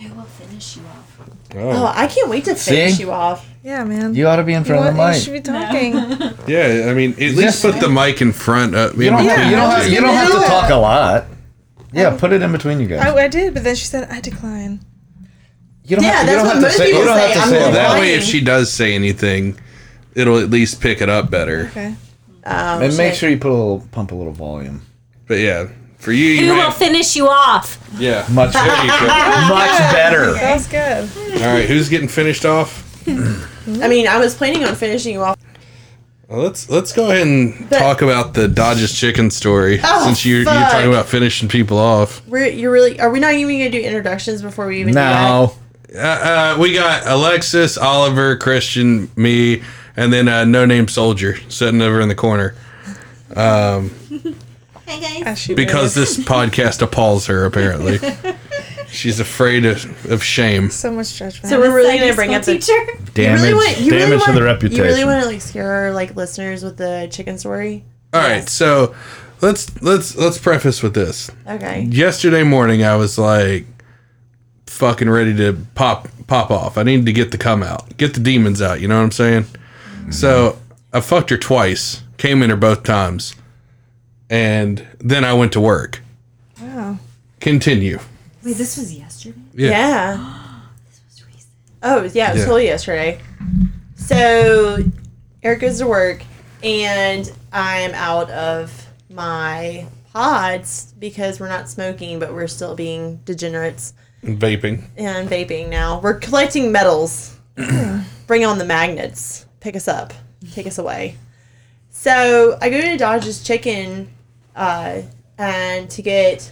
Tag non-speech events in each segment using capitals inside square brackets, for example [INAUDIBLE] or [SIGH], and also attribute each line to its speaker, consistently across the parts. Speaker 1: Who will finish you off?
Speaker 2: Oh, I can't wait to finish
Speaker 3: See?
Speaker 2: you off.
Speaker 4: Yeah, man.
Speaker 3: You ought to be in front
Speaker 4: What-
Speaker 3: of
Speaker 4: you
Speaker 3: the
Speaker 4: should
Speaker 3: mic.
Speaker 4: be talking.
Speaker 2: [LAUGHS]
Speaker 5: Yeah, I mean, at least put the mic in front. Uh,
Speaker 3: You don't, have,
Speaker 4: Yeah,
Speaker 3: you don't,
Speaker 4: I
Speaker 3: have,
Speaker 4: was
Speaker 3: you don't
Speaker 4: gonna
Speaker 3: have
Speaker 4: do
Speaker 3: to
Speaker 4: that.
Speaker 3: talk a lot. Yeah, put it in between you
Speaker 4: I,
Speaker 3: guys.
Speaker 4: I did, but then she said, I decline.
Speaker 3: You don't
Speaker 2: Yeah,
Speaker 3: have,
Speaker 2: that's
Speaker 3: you don't
Speaker 2: what
Speaker 3: have to
Speaker 2: most
Speaker 3: say. You
Speaker 2: people
Speaker 3: don't have
Speaker 2: say,
Speaker 3: to
Speaker 2: I'm
Speaker 3: say
Speaker 2: gonna
Speaker 3: a
Speaker 5: Well, that
Speaker 3: lot.
Speaker 2: lying.
Speaker 5: way, if she does say anything, it'll at least pick it up better.
Speaker 4: Okay.
Speaker 2: Um,
Speaker 3: And make
Speaker 2: so-
Speaker 3: sure you put a little pump a little volume.
Speaker 5: But yeah, for you, you
Speaker 1: Who will
Speaker 5: might,
Speaker 1: finish you off?
Speaker 5: yeah.
Speaker 3: [LAUGHS] Much,
Speaker 5: There you go.
Speaker 3: much better.
Speaker 4: That was good.
Speaker 5: All right, who's getting finished off?
Speaker 2: I mean, I was planning on finishing you off.
Speaker 5: Well, let's let's go ahead and talk about the Dodge's chicken story
Speaker 2: Oh,
Speaker 5: since you're, you're
Speaker 2: fuck.
Speaker 5: talking about finishing people off.
Speaker 2: We're, you're really. Are we not even gonna do introductions before we even? Do
Speaker 3: No.
Speaker 5: Uh, uh, we got Alexis, Oliver, Christian, me, and then uh, no name soldier sitting over in the corner
Speaker 1: Hey guys.
Speaker 4: As she
Speaker 5: because
Speaker 4: did. [LAUGHS]
Speaker 5: this podcast appalls her. Apparently, she's afraid of, of shame.
Speaker 4: so much
Speaker 2: that?
Speaker 4: judgment.
Speaker 2: So we're really gonna bring up the.
Speaker 1: teacher.
Speaker 3: Damage,
Speaker 2: you really want, you
Speaker 3: damage
Speaker 2: really
Speaker 3: to
Speaker 2: want,
Speaker 3: the reputation.
Speaker 2: You really want to like scare like listeners with the chicken story?
Speaker 5: All right, so let's let's let's preface with this.
Speaker 2: Okay.
Speaker 5: yesterday morning I was like fucking ready to pop pop off. I needed to get the come out, get the demons out. You know what I'm saying?
Speaker 4: Mm-hmm.
Speaker 5: So I fucked her twice, came in her both times, and then I went to work.
Speaker 4: Wow.
Speaker 5: Continue.
Speaker 1: Wait, this was yesterday.
Speaker 5: Yeah.
Speaker 2: Yeah. Oh yeah, it was
Speaker 5: Yeah.
Speaker 2: totally yesterday. So Eric goes to work, and I'm out of my pods because we're not smoking, but we're still being degenerates
Speaker 5: Vaping.
Speaker 2: and vaping now. We're collecting medals. Bring on the magnets. Pick us up. Take us away. So I go to Dodge's Chicken, uh, and to get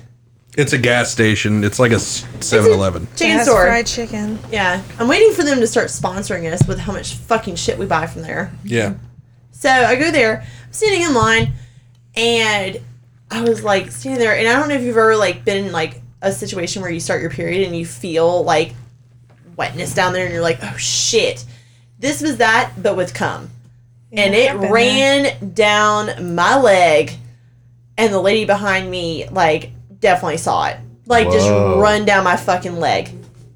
Speaker 5: It's a gas station. It's like a 7 Eleven.
Speaker 4: It
Speaker 2: chicken
Speaker 4: has
Speaker 2: store.
Speaker 4: fried chicken.
Speaker 2: Yeah, I'm waiting for them to start sponsoring us with how much fucking shit we buy from there.
Speaker 5: Yeah.
Speaker 2: So I go there, I'm standing in line, and I was like standing there, and I don't know if you've ever like been in like a situation where you start your period and you feel like wetness down there, and you're like, oh shit, this was that, but with cum, and
Speaker 4: Yeah,
Speaker 2: it
Speaker 4: I've been
Speaker 2: ran down my leg, and the lady behind me like definitely saw it, like just
Speaker 3: Whoa.
Speaker 2: run down my fucking leg.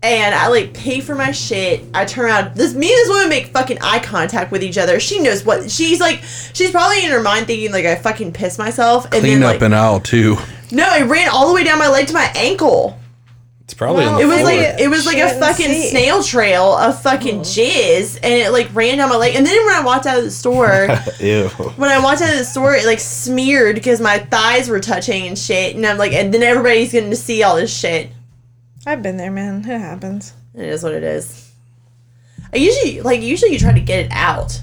Speaker 2: And I like pay for my shit. I turn around. This me and this woman make fucking eye contact with each other. She knows what she's like. She's probably in her mind thinking like I fucking pissed myself. And
Speaker 5: Clean
Speaker 2: then
Speaker 5: up
Speaker 2: like
Speaker 5: an aisle too.
Speaker 2: no, it ran all the way down my leg to my ankle.
Speaker 5: It's probably
Speaker 4: Wow.
Speaker 5: on the
Speaker 2: It was
Speaker 4: Oh,
Speaker 2: like
Speaker 5: floor.
Speaker 4: yeah.
Speaker 2: it was like a
Speaker 4: Shit,
Speaker 2: fucking
Speaker 4: see.
Speaker 2: snail trail of fucking jizz, and it like ran down my leg. And then when I walked out of the
Speaker 5: [LAUGHS]
Speaker 2: store,
Speaker 3: Ew.
Speaker 2: when I walked out of the store, it like smeared because my thighs were touching and shit. And I'm like, and then everybody's going to see all this shit.
Speaker 4: I've been there, man. It happens.
Speaker 2: It is what it is. I usually like usually you try to get it out.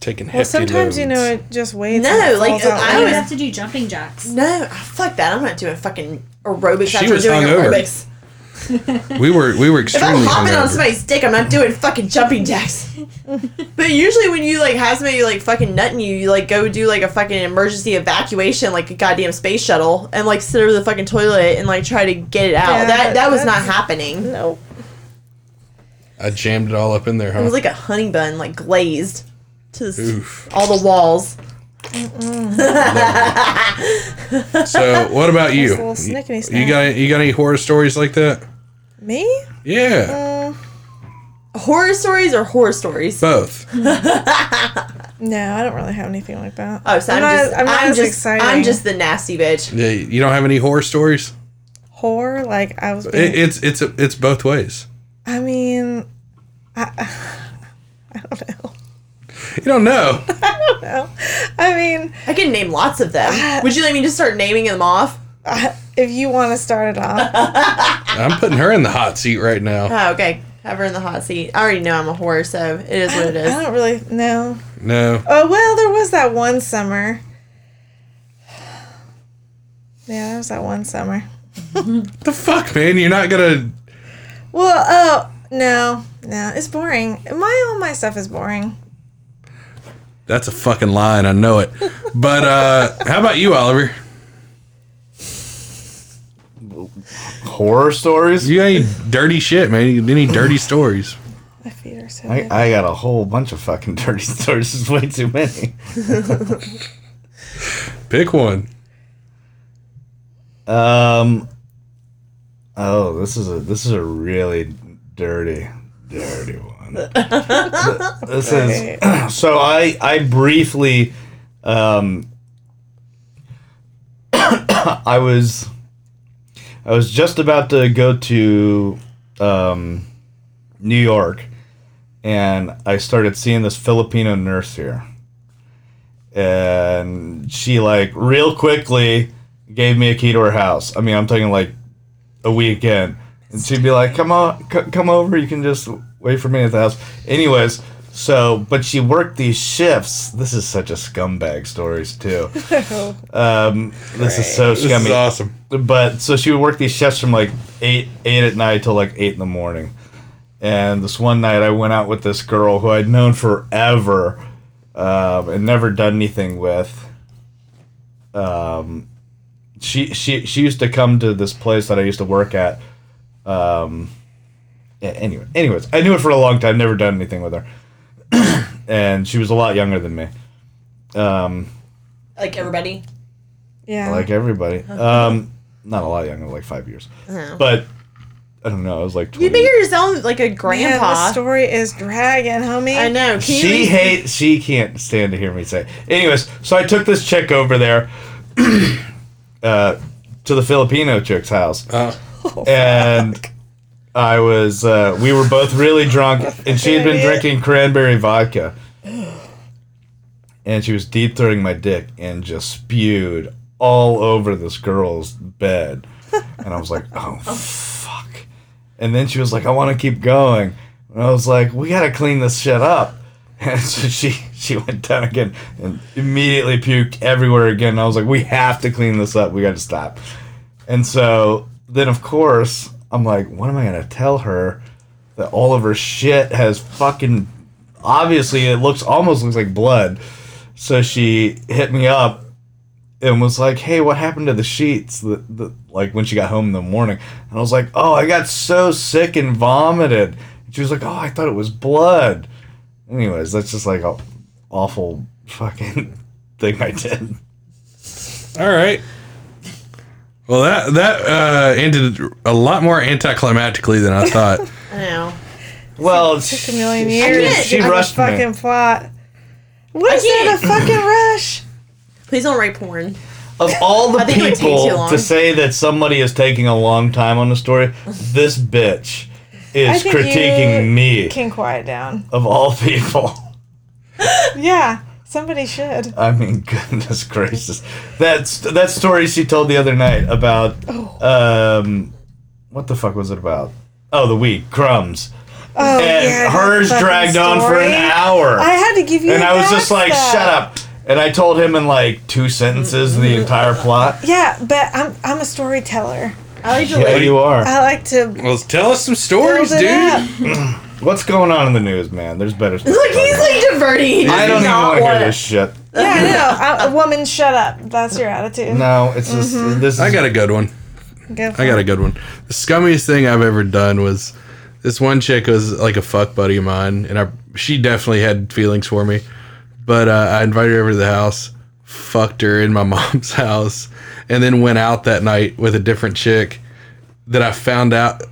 Speaker 5: taking hefty
Speaker 4: Well, sometimes you
Speaker 5: loads.
Speaker 4: know it just waits.
Speaker 2: No,
Speaker 4: and it
Speaker 2: like,
Speaker 4: falls out
Speaker 2: I
Speaker 1: I
Speaker 4: later.
Speaker 1: would
Speaker 2: was-
Speaker 1: have to do jumping jacks.
Speaker 2: No, fuck that. I'm not doing fucking aerobics
Speaker 5: She
Speaker 2: after
Speaker 5: was
Speaker 2: doing
Speaker 5: hungover.
Speaker 2: aerobics.
Speaker 5: we were we were
Speaker 2: If
Speaker 5: extremely
Speaker 2: I'm hopping on
Speaker 5: hungover.
Speaker 2: somebody's dick, I'm not doing fucking jumping
Speaker 4: [LAUGHS]
Speaker 2: jacks. but usually when you like have somebody like fucking nutting you, you like go do like a fucking emergency evacuation, like a goddamn space shuttle, and like sit over the fucking toilet and like try to get it out.
Speaker 4: Yeah,
Speaker 2: that that was not
Speaker 4: that's-
Speaker 2: happening.
Speaker 4: Nope.
Speaker 5: I jammed it all up in there,
Speaker 2: It
Speaker 5: huh?
Speaker 2: was like a honey bun, like glazed to the, s-
Speaker 5: Oof.
Speaker 2: all the walls. [LAUGHS]
Speaker 5: So, what about you?
Speaker 4: Nice little snickety
Speaker 5: You
Speaker 4: snack.
Speaker 5: got you got any horror stories like that?
Speaker 4: Me?
Speaker 2: Uh,
Speaker 5: Yeah,
Speaker 4: Mm,
Speaker 2: Horror stories or horror stories? [LAUGHS]
Speaker 5: both.
Speaker 4: no, I don't really have anything like that.
Speaker 2: Oh, so I'm,
Speaker 4: not-
Speaker 2: just, I'm,
Speaker 4: not as
Speaker 2: just,
Speaker 4: exciting.
Speaker 2: I'm just the nasty bitch.
Speaker 5: Yeah, you don't have any horror stories?
Speaker 4: whore. Like I was. Being,
Speaker 5: It, it's it's it's both ways.
Speaker 4: I mean, I, [LAUGHS] I don't know.
Speaker 5: You
Speaker 2: [LAUGHS]
Speaker 5: don't know.
Speaker 4: No, I mean,
Speaker 2: I can name lots of
Speaker 4: [SIGHS]
Speaker 2: them. Would you like me to start naming them off?
Speaker 4: I, if you want to start it off,
Speaker 5: I'm putting her in the hot seat right now.
Speaker 2: Oh, okay. Have her in the hot seat. I already know I'm a whore, so it is what it
Speaker 4: [LAUGHS] I
Speaker 2: is.
Speaker 4: don't really know.
Speaker 5: No,
Speaker 4: Oh well, there was that one summer. Yeah, there was that one summer.
Speaker 5: the fuck, man, you're not gonna.
Speaker 4: Well, oh no, no, it's boring. My all my stuff is boring.
Speaker 5: That's a fucking line. I know it.
Speaker 2: [LAUGHS]
Speaker 5: But uh how about you, Oliver?
Speaker 3: Horror stories?
Speaker 5: You got any dirty shit, man? You-
Speaker 2: [LAUGHS]
Speaker 5: Any dirty stories?
Speaker 4: My feet are so.
Speaker 3: I, I got a whole bunch of fucking dirty [LAUGHS] stories. It's way too many.
Speaker 5: Pick one.
Speaker 3: Um, Oh, this is a this is a really dirty, dirty one. this is [CLEARS THROAT] so I I briefly um [COUGHS] I was I was just about to go to um New York and I started seeing this Filipino nurse here. And she like real quickly gave me a key to her house. I mean, I'm talking like a weekend, and she'd be like, "Come on, c- come over. You can just wait for me at the house." Anyways, so but she worked these shifts. This is such a scumbag stories too. um, this is so
Speaker 5: This
Speaker 3: scummy
Speaker 5: is awesome.
Speaker 3: but so she would work these shifts from like eight eight at night till like eight in the morning. And this one night, I went out with this girl who I'd known forever um, and never done anything with. Um, she she she used to come to this place that I used to work at. Um, yeah, anyway, anyways, I knew her for a long time, never done anything with her, [CLEARS THROAT] and she was a lot younger than me. Um,
Speaker 2: Like everybody.
Speaker 4: Yeah.
Speaker 3: like everybody. Um, not a lot younger, like five years. But I don't know. I was like
Speaker 2: You
Speaker 3: 20.
Speaker 2: make yourself like a
Speaker 4: Man,
Speaker 2: grandpa.
Speaker 4: the story is dragging, homie.
Speaker 2: I know. Can
Speaker 3: she
Speaker 2: you
Speaker 3: hate. She can't stand to hear me say. Anyways, so I took this chick over there, [CLEARS THROAT] uh, to the Filipino chick's house,
Speaker 5: Oh.
Speaker 3: [LAUGHS] and I was. Uh, we were both really drunk, and she had been drinking cranberry vodka, and she was deep throating my dick and just spewed all over this girl's bed, and I was like, [LAUGHS] oh fuck, and then she was like, I want to keep going, and I was like, we gotta clean this shit up. And [LAUGHS] so she she went down again and immediately puked everywhere again. And I was like, we have to clean this up. We got to stop. And so then, of course, I'm like, what am I going to tell her that all of her shit has fucking. Obviously, it looks almost looks like blood. So she hit me up and was like, hey, what happened to the sheets? The, the, like when she got home in the morning. And I was like, oh, I got so sick and vomited. And she was like, oh, I thought it was blood. Anyways, that's just like a awful fucking [LAUGHS] thing I
Speaker 4: [LAUGHS]
Speaker 3: did.
Speaker 5: All right. Well, that that uh, ended a lot more anticlimactically than I thought.
Speaker 2: I know.
Speaker 3: Well,
Speaker 4: Took a million
Speaker 3: she-
Speaker 4: years.
Speaker 3: She,
Speaker 4: on the
Speaker 3: rushed me.
Speaker 4: fucking plot. What
Speaker 2: I
Speaker 4: is that? A fucking rush?
Speaker 2: Please don't write porn. [LAUGHS]
Speaker 3: of all the
Speaker 2: I think it would take too
Speaker 3: people
Speaker 2: long.
Speaker 3: to say that somebody is taking a long time on a story, this bitch
Speaker 4: I
Speaker 3: is
Speaker 4: think
Speaker 3: critiquing
Speaker 4: you
Speaker 3: me
Speaker 4: Can quiet down.
Speaker 3: of all people. [LAUGHS]
Speaker 4: Yeah, somebody should.
Speaker 3: I mean, goodness gracious, that's that story she told the other night about
Speaker 4: Oh.
Speaker 3: um, what the fuck was it about? Oh, the weed crumbs.
Speaker 4: Oh
Speaker 3: and
Speaker 4: yeah, that
Speaker 3: hers
Speaker 4: fucking
Speaker 3: dragged on for an
Speaker 4: story.
Speaker 3: hour.
Speaker 4: I had to give you.
Speaker 3: and
Speaker 4: an
Speaker 3: I was just like,
Speaker 4: access.
Speaker 3: shut up. And I told him in like two sentences the entire
Speaker 4: [LAUGHS]
Speaker 3: plot.
Speaker 4: Yeah, but I'm I'm a storyteller.
Speaker 2: I like to
Speaker 3: Yeah,
Speaker 2: like,
Speaker 3: you are.
Speaker 4: I like uh, to
Speaker 5: [LAUGHS] Well, tell us some stories,
Speaker 4: build it
Speaker 5: dude.
Speaker 4: up.
Speaker 3: What's going on in the news, man? There's better stuff.
Speaker 2: Look, he's like diverting.
Speaker 3: I don't even want to hear
Speaker 2: it.
Speaker 3: this shit.
Speaker 4: Yeah, I know. I- A woman, shut up. That's your attitude.
Speaker 3: No, it's just this. Is,
Speaker 5: I got a good one.
Speaker 4: Go
Speaker 5: I got a good one. The scummiest thing I've ever done was this one chick was like a fuck buddy of mine, and I she definitely had feelings for me. But uh, I invited her over to the house, fucked her in my [LAUGHS] mom's house, and then went out that night with a different chick that I found out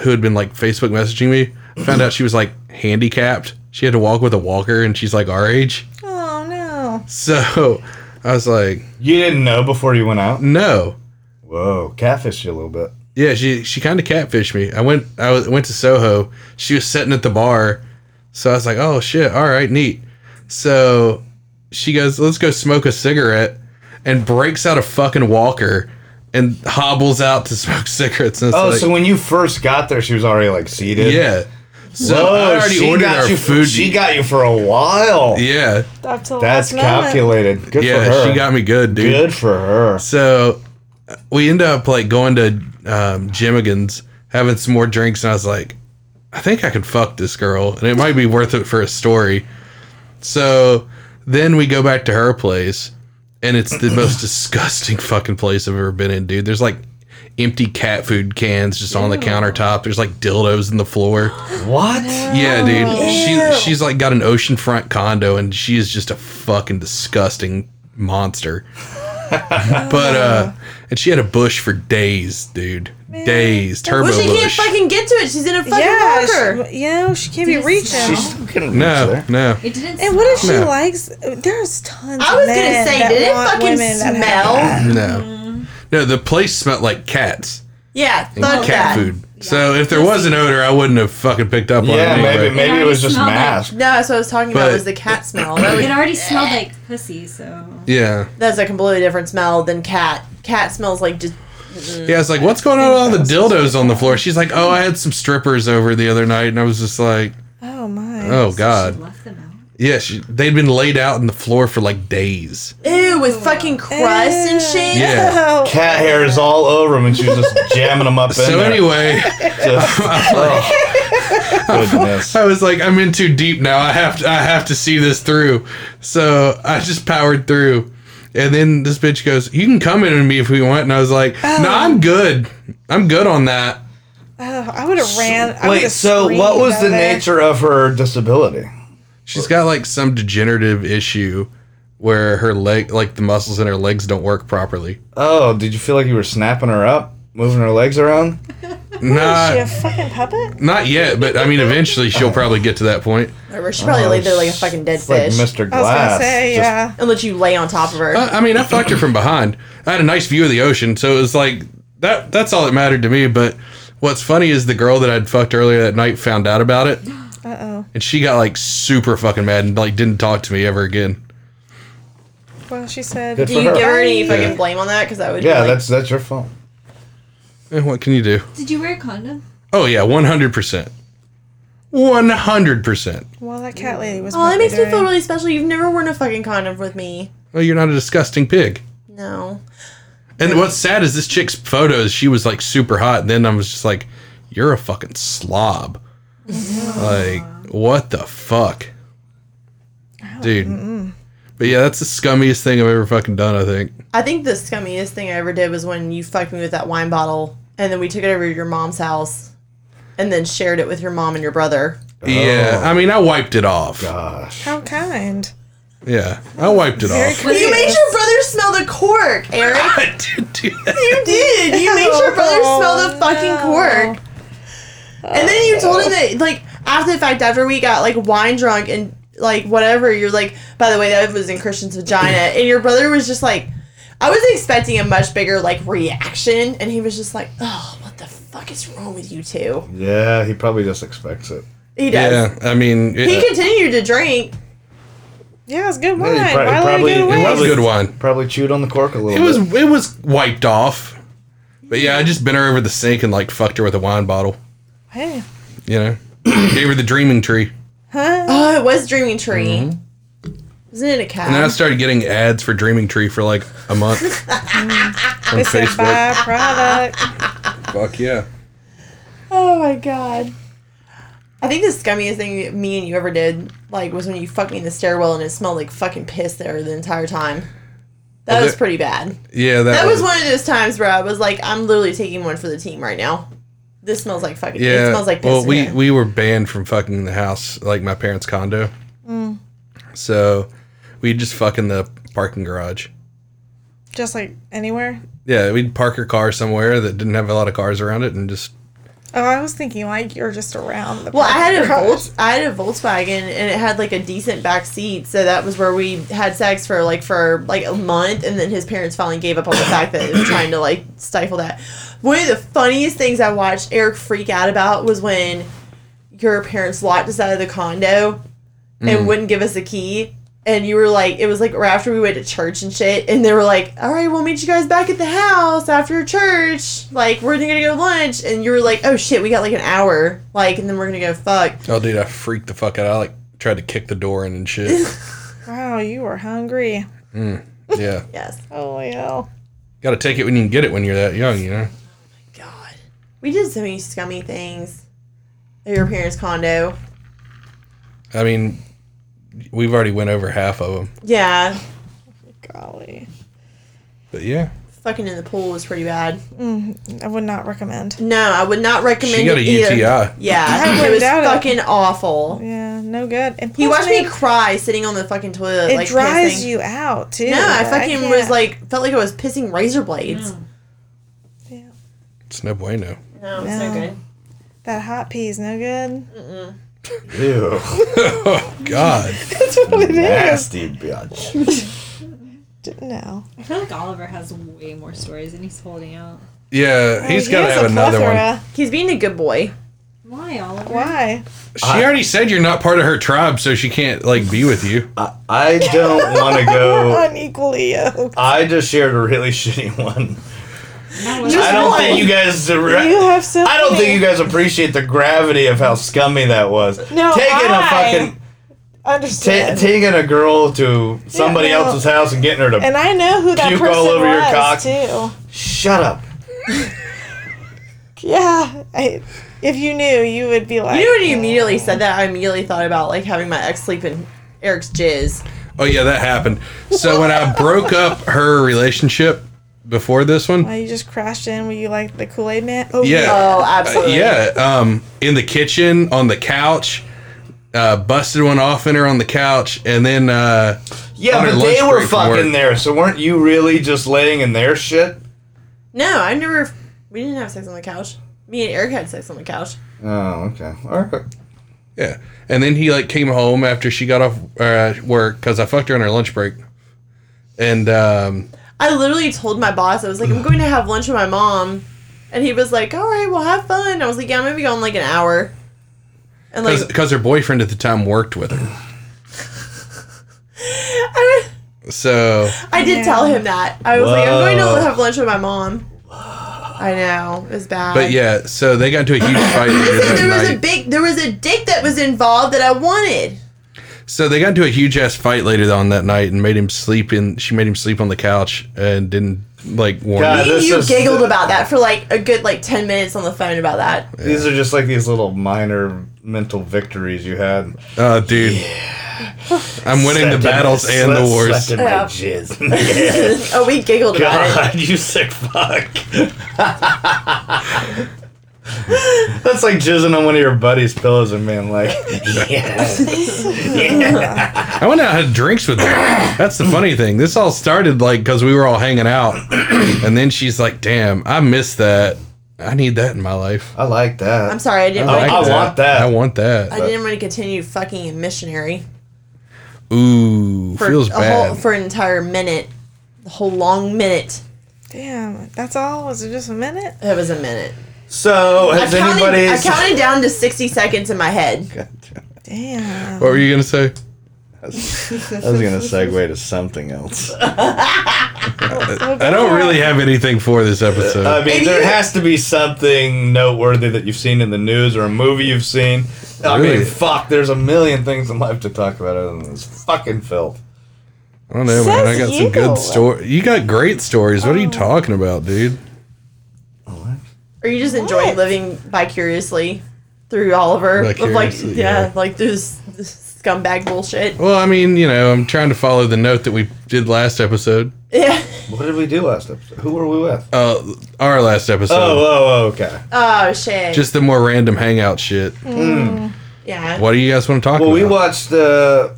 Speaker 5: who had been like Facebook messaging me. I found out she was like handicapped. She had to walk with a walker, and she's like our age.
Speaker 4: Oh no.
Speaker 5: So I was like,
Speaker 3: you didn't know before you went out.
Speaker 5: no.
Speaker 3: Whoa, catfished you a little bit.
Speaker 5: Yeah, she she kind of catfished me. I went I was, went to Soho. She was sitting at the bar, so I was like, "Oh shit! All right, neat." So she goes, "Let's go smoke a cigarette," and breaks out a fucking walker and hobbles out to [LAUGHS] smoke cigarettes. And it's
Speaker 3: Oh,
Speaker 5: like,
Speaker 3: so when you first got there, she was already like seated.
Speaker 5: yeah. So
Speaker 3: Whoa,
Speaker 5: I already
Speaker 3: she
Speaker 5: ordered
Speaker 3: got
Speaker 5: our
Speaker 3: you.
Speaker 5: food.
Speaker 3: She got you for a while.
Speaker 5: yeah,
Speaker 4: Up till the
Speaker 3: That's
Speaker 4: last moment.
Speaker 3: calculated. Good for
Speaker 5: yeah.
Speaker 3: her.
Speaker 5: She got me good, dude.
Speaker 3: Good for her.
Speaker 5: So we end up like going to um, Jimmigan's, having some more drinks, and I was like, I think I could fuck this girl, and it might be worth it for a story. So then we go back to her place, and it's the most disgusting fucking place I've ever been in, dude. There's like empty cat food cans just on the countertop. There's like dildos in the floor.
Speaker 3: What?
Speaker 5: Yeah,
Speaker 2: Oh,
Speaker 5: dude. She she's like got an oceanfront condo,
Speaker 2: [LAUGHS]
Speaker 5: and she is just a fucking disgusting monster. but uh, and she had a bush for days, dude. Days. Turbo
Speaker 2: Well, she can't
Speaker 5: bush.
Speaker 2: fucking get to it. She's in a fucking
Speaker 4: yeah,
Speaker 2: walker.
Speaker 4: she, you know, she can't be
Speaker 1: Did it
Speaker 4: reached.
Speaker 1: smell?
Speaker 3: She still couldn't reach
Speaker 5: No,
Speaker 3: there.
Speaker 5: no.
Speaker 1: It didn't.
Speaker 4: And what if she
Speaker 1: smell.
Speaker 5: No.
Speaker 4: likes? There's tons.
Speaker 2: I was
Speaker 4: of
Speaker 2: gonna
Speaker 4: men
Speaker 2: say,
Speaker 4: that
Speaker 2: did it
Speaker 4: want
Speaker 2: fucking
Speaker 4: women that have
Speaker 2: smell?
Speaker 5: No. No, the place smelled like cats
Speaker 2: Yeah,
Speaker 5: and
Speaker 2: thought that.
Speaker 5: cat food. So if there was an odor, I wouldn't have fucking picked up on it.
Speaker 3: Yeah,
Speaker 5: anyway.
Speaker 3: maybe maybe it was just
Speaker 1: Smell like-
Speaker 3: mask.
Speaker 2: No, that's what I was talking about.
Speaker 5: But-
Speaker 2: Was the cat smell? That
Speaker 1: It
Speaker 2: was-
Speaker 1: already smelled like pussy, so.
Speaker 5: Yeah.
Speaker 2: that's a completely different smell than cat. Cat smells like just
Speaker 5: Yeah, it's like, what's going on with all the dildos on the floor? She's like, oh, I had some strippers over the other night. And I was just like,
Speaker 4: Oh my.
Speaker 5: oh,
Speaker 1: She
Speaker 5: God.
Speaker 1: left them out.
Speaker 5: Yeah, she, they'd been laid out on the floor for like days.
Speaker 2: ew with fucking crust and shit.
Speaker 5: Yeah.
Speaker 4: Oh.
Speaker 3: Cat hair is all over him, and she was
Speaker 4: [LAUGHS]
Speaker 3: just jamming them up in
Speaker 5: So,
Speaker 3: there. [LAUGHS]
Speaker 5: anyway, [LAUGHS]
Speaker 3: Just- oh, goodness.
Speaker 5: I was like, I'm in too deep now. I have to, I have to see this through. So I just powered through. And then this bitch goes, You can come in on me if we want. And I was like, No, I'm good. I'm good on that.
Speaker 4: Oh, I would have ran. I
Speaker 3: Wait,
Speaker 4: would've
Speaker 3: so
Speaker 4: screamed
Speaker 3: what was
Speaker 4: out
Speaker 3: the
Speaker 4: there.
Speaker 3: nature of her disability?
Speaker 5: She's got like some degenerative issue where her leg, like the muscles in her legs don't work properly.
Speaker 3: Oh, did you feel like you were snapping her up, moving her legs around?
Speaker 4: Is she a
Speaker 5: Not,
Speaker 4: fucking puppet?
Speaker 5: not yet, but I mean, eventually she'll probably get to that point.
Speaker 2: Or she probably laid there like a fucking dead
Speaker 3: Oh, It's like
Speaker 2: fish.
Speaker 3: Mr.
Speaker 4: I was
Speaker 3: Glass.
Speaker 4: gonna say,
Speaker 3: just-
Speaker 4: yeah.
Speaker 2: Unless you lay on top of her.
Speaker 3: Uh,
Speaker 5: I, I mean, I fucked her from behind. I had a nice view of the ocean, so it was like that. That's all that mattered to me. But what's funny is the girl that I'd fucked earlier that night found out about it,
Speaker 4: Uh oh.
Speaker 5: and she got like super fucking mad and like didn't talk to me ever again.
Speaker 4: Well, she said.
Speaker 3: Good
Speaker 2: Do
Speaker 3: for
Speaker 2: you
Speaker 3: her.
Speaker 2: give her any
Speaker 3: Yeah.
Speaker 2: fucking blame on that? Because that would
Speaker 3: Yeah,
Speaker 2: be like,
Speaker 3: that's that's your fault.
Speaker 5: Eh, what can you do?
Speaker 1: Did you wear a condom?
Speaker 5: Oh yeah, one hundred percent, one hundred percent.
Speaker 4: Well, that cat lady was.
Speaker 2: oh, that makes me feel really special. You've never worn a fucking condom with me.
Speaker 5: Well, you're not a disgusting pig.
Speaker 2: No.
Speaker 5: And what's sad is this chick's photos. She was like super hot, and then I was just like, "You're a fucking slob." like, what the fuck, dude? But yeah, that's the scummiest thing I've ever fucking done. I think.
Speaker 2: I think the scummiest thing I ever did was when you fucked me with that wine bottle, and then we took it over to your mom's house, and then shared it with your mom and your brother.
Speaker 5: Yeah, I mean, I wiped it off.
Speaker 3: Gosh.
Speaker 4: How kind.
Speaker 5: Yeah, I wiped it
Speaker 4: Very
Speaker 5: off.
Speaker 4: kind.
Speaker 2: You made your brother smell the cork, Eric.
Speaker 5: [LAUGHS] I did do that.
Speaker 4: [LAUGHS]
Speaker 2: You did. You made your brother
Speaker 4: Oh,
Speaker 2: smell the fucking
Speaker 4: no. Oh.
Speaker 2: cork. And then you told him that, like, after the fact, after we got, like, wine drunk and, like, whatever, you're like, by the way, that was in Christian's vagina. And your brother was just like, I was expecting a much bigger, like, reaction. And he was just like, oh, what the fuck is wrong with you two?
Speaker 3: Yeah, he probably just expects it.
Speaker 2: He does.
Speaker 5: Yeah, I mean, it,
Speaker 2: He continued to drink.
Speaker 4: Yeah, it's good
Speaker 3: Yeah,
Speaker 4: wine.
Speaker 3: he prob-
Speaker 4: Why let it
Speaker 3: probably-
Speaker 4: get
Speaker 5: it
Speaker 4: away?
Speaker 5: was a good one.
Speaker 3: Probably chewed on the cork a little
Speaker 5: It was
Speaker 3: bit.
Speaker 5: it was wiped off. But yeah, I just bent her over the sink and like fucked her with a wine bottle.
Speaker 4: Hey.
Speaker 5: You know, [CLEARS THROAT] gave her the dreaming tree.
Speaker 4: Huh?
Speaker 2: Oh, it was Dreaming Tree. Isn't it a cat?
Speaker 5: And then I started getting ads for Dreaming Tree for like
Speaker 2: [LAUGHS]
Speaker 5: a month on
Speaker 4: It's a
Speaker 5: Facebook.
Speaker 4: byproduct.
Speaker 5: Fuck yeah.
Speaker 2: [LAUGHS] Oh my god. I think the scummiest thing me and you ever did, like, was when you fucked me in the stairwell and it smelled like fucking piss there the entire time. That
Speaker 5: Well,
Speaker 2: was
Speaker 5: there-
Speaker 2: pretty bad.
Speaker 5: Yeah, that,
Speaker 2: That
Speaker 5: was,
Speaker 2: was one of those times where I was like, I'm literally taking one for the team right now. This smells like fucking.
Speaker 5: Yeah.
Speaker 2: It smells like piss.
Speaker 5: well, we
Speaker 2: again.
Speaker 5: we were banned from fucking the house, like my parents' condo.
Speaker 2: Mm.
Speaker 5: So we just fuck in the parking garage.
Speaker 4: Just like anywhere.
Speaker 5: Yeah, we'd park her car somewhere that didn't have a lot of cars around it, and just
Speaker 4: Oh, I was thinking like you're just around the
Speaker 2: well, I had a
Speaker 4: parking garage.
Speaker 2: Volks, I had a Volkswagen and it had like a decent back seat, so that was where we had sex for like for like a month, and then his parents finally gave up on the fact that they were trying to like stifle that. One of the funniest things I watched Eric freak out about was when your parents locked us out of the condo and wouldn't give us a key. And you were like, it was like right after we went to church and shit. And they were like, all right, we'll meet you guys back at the house after church. Like, we're gonna go to lunch. And you were like, oh shit, we got like an hour. Like, and then we're gonna go fuck.
Speaker 5: oh dude, I freaked the fuck out. I like tried to kick the door in
Speaker 2: [LAUGHS]
Speaker 5: and shit.
Speaker 4: Wow, you were hungry.
Speaker 5: yeah,
Speaker 2: Yes.
Speaker 4: Holy hell.
Speaker 5: got to take it when you can get it when you're that young, you know.
Speaker 2: God. We did so many scummy things at your parents' condo.
Speaker 5: I mean, we've already went over half of them,
Speaker 2: Yeah.
Speaker 4: Golly.
Speaker 5: but yeah.
Speaker 2: Fucking in the pool was pretty bad.
Speaker 4: Mm, I would not recommend.
Speaker 2: No, I would not recommend
Speaker 5: She got
Speaker 2: it
Speaker 5: a
Speaker 2: either.
Speaker 5: UTI.
Speaker 2: Yeah.
Speaker 4: wouldn't
Speaker 2: it was
Speaker 4: doubt it.
Speaker 2: fucking awful.
Speaker 4: Yeah, no good. And
Speaker 2: He
Speaker 4: plus,
Speaker 2: watched
Speaker 4: I mean,
Speaker 2: me cry sitting on the fucking toilet.
Speaker 4: It
Speaker 2: like
Speaker 4: dries
Speaker 2: pissing.
Speaker 4: you out too.
Speaker 2: No, I
Speaker 4: Like,
Speaker 2: fucking
Speaker 4: can't-
Speaker 2: was like felt like I was pissing razor blades.
Speaker 5: It's no bueno. [LAUGHS]
Speaker 2: No, it's
Speaker 4: No.
Speaker 2: no good.
Speaker 4: That hot pea is
Speaker 2: [LAUGHS]
Speaker 4: no good.
Speaker 3: Ew.
Speaker 5: Oh God.
Speaker 4: That's what it
Speaker 3: [LAUGHS]
Speaker 4: is.
Speaker 3: Nasty bitch.
Speaker 4: No.
Speaker 1: I feel like Oliver has way more stories and he's holding out.
Speaker 5: Yeah, he's
Speaker 4: He
Speaker 5: got to
Speaker 4: has a
Speaker 5: have another one.
Speaker 4: plethora.
Speaker 2: He's being a good boy.
Speaker 1: Why, Oliver?
Speaker 4: Why?
Speaker 5: She already said you're not part of her tribe, so she can't like be with you.
Speaker 3: I, I don't want to
Speaker 4: We're [LAUGHS]
Speaker 3: go.
Speaker 4: unequally yoked.
Speaker 3: I just shared a really [LAUGHS] shitty one.
Speaker 1: That was-
Speaker 3: I don't think you guys.
Speaker 4: You have so.
Speaker 3: I don't think
Speaker 4: many.
Speaker 3: you guys appreciate the gravity of how scummy that was.
Speaker 4: No,
Speaker 3: taking
Speaker 4: I
Speaker 3: a fucking ta-
Speaker 4: understand.
Speaker 3: taking a girl to somebody
Speaker 4: Yeah, no.
Speaker 3: else's house and getting her to
Speaker 4: and I know who that
Speaker 3: Puke
Speaker 4: person
Speaker 3: all over your
Speaker 4: was
Speaker 3: cock.
Speaker 4: too.
Speaker 3: shut up.
Speaker 4: Yeah, I, if you knew, you would be like,
Speaker 2: You know when you immediately said that, I immediately thought about like having my ex sleep in Eric's jizz.
Speaker 5: Oh yeah, that happened. So when I broke up her relationship before this one,
Speaker 4: "Why you just crashed in? Were you like the Kool Aid man?" Oh,
Speaker 5: Yeah.
Speaker 2: Oh, absolutely.
Speaker 5: yeah, um, in the kitchen on the couch, uh, busted one off in her on the couch, and then uh,
Speaker 3: Yeah,
Speaker 5: On her
Speaker 3: but they
Speaker 5: lunch
Speaker 3: were
Speaker 5: break from
Speaker 3: fucking
Speaker 5: work.
Speaker 3: there, so weren't you really just laying in their shit?
Speaker 2: No, I never. We didn't have sex on the couch. Me and Eric had sex on the couch.
Speaker 3: Oh, okay. All right.
Speaker 5: yeah, and then he like came home after she got off uh, work because I fucked her on her lunch break, and um,
Speaker 2: I literally told my boss, I was like, I'm going to have lunch with my mom. And he was like, all right, well, have fun. I was like, yeah, I'm going to be gone in like an hour. And like,
Speaker 5: because her boyfriend at the time worked with her,
Speaker 2: I,
Speaker 5: so
Speaker 2: [LAUGHS] I did
Speaker 4: Yeah.
Speaker 2: tell him that. I was like, I'm going
Speaker 3: Whoa.
Speaker 2: to have lunch with my mom. I know. It was bad.
Speaker 5: but yeah, so they got into a huge
Speaker 2: [COUGHS]
Speaker 5: fight later
Speaker 2: But Um, There was
Speaker 5: that
Speaker 2: a
Speaker 5: night.
Speaker 2: big, there was a dick that was involved that I wanted.
Speaker 5: So they got into a huge ass fight later on that night and made him sleep in. She made him sleep on the couch and didn't like warn.
Speaker 3: God,
Speaker 5: him.
Speaker 2: Me and
Speaker 3: this
Speaker 2: you
Speaker 3: is-
Speaker 2: giggled about that for like a good like 10 minutes on the phone about that.
Speaker 3: These are just like these little minor mental victories you had.
Speaker 5: Oh, dude. I'm winning the
Speaker 3: Slept in-
Speaker 5: battles and the
Speaker 3: slept-
Speaker 5: wars.
Speaker 3: slept in my
Speaker 2: Yeah.
Speaker 3: [LAUGHS] jizz.
Speaker 2: [LAUGHS] oh, we giggled about it.
Speaker 3: [LAUGHS] God, you sick fuck. [LAUGHS] That's like jizzing on one of your buddy's pillows and being [LAUGHS] like, yes.
Speaker 5: I went out and had drinks with them. That's the funny thing. This all started like because we were all
Speaker 2: [COUGHS]
Speaker 5: hanging out, and then she's like, "Damn, I miss that. I need that in my life.
Speaker 3: I like that.
Speaker 2: I'm sorry, I didn't.
Speaker 3: I
Speaker 2: want
Speaker 3: like
Speaker 2: to,
Speaker 3: that. want
Speaker 5: I want
Speaker 2: I
Speaker 5: that.
Speaker 2: didn't want to continue fucking a missionary.
Speaker 5: Ooh,
Speaker 2: for
Speaker 5: feels
Speaker 2: a
Speaker 5: bad.
Speaker 2: whole for an entire minute, a whole long minute.
Speaker 4: damn, that's all. Was it just a minute?
Speaker 2: It was a minute.
Speaker 3: So,
Speaker 2: I
Speaker 3: has
Speaker 2: counted,
Speaker 3: anybody.
Speaker 2: I counted down to sixty seconds in my head.
Speaker 3: Uh,
Speaker 4: Damn.
Speaker 5: what were you gonna say?
Speaker 3: I was going to segue to something else.
Speaker 5: I don't really have anything for this episode.
Speaker 3: I mean, there has to be something noteworthy that you've seen in the news or a movie you've seen. I
Speaker 5: Really?
Speaker 3: mean, fuck, there's a million things in life to talk about other than this fucking filth.
Speaker 5: I don't know, man. Oh, I
Speaker 4: says
Speaker 5: got some
Speaker 4: you.
Speaker 5: good story. You got great stories. What are you talking about, dude?
Speaker 2: Are you just enjoying
Speaker 4: What?
Speaker 2: living vicariously through Oliver? Of like,
Speaker 5: Vicariously,
Speaker 2: yeah,
Speaker 5: yeah.
Speaker 2: like this, this scumbag bullshit.
Speaker 5: Well, I mean, you know, I'm trying to follow the note that we did last episode.
Speaker 2: Yeah. [LAUGHS]
Speaker 3: What did we do last episode? Who were we with?
Speaker 5: Uh, our last episode.
Speaker 3: Oh, oh, oh, okay.
Speaker 2: Oh shit.
Speaker 5: Just the more random hangout shit.
Speaker 2: yeah.
Speaker 5: What do you guys want to talk
Speaker 3: Well,
Speaker 5: about?
Speaker 3: we watched uh,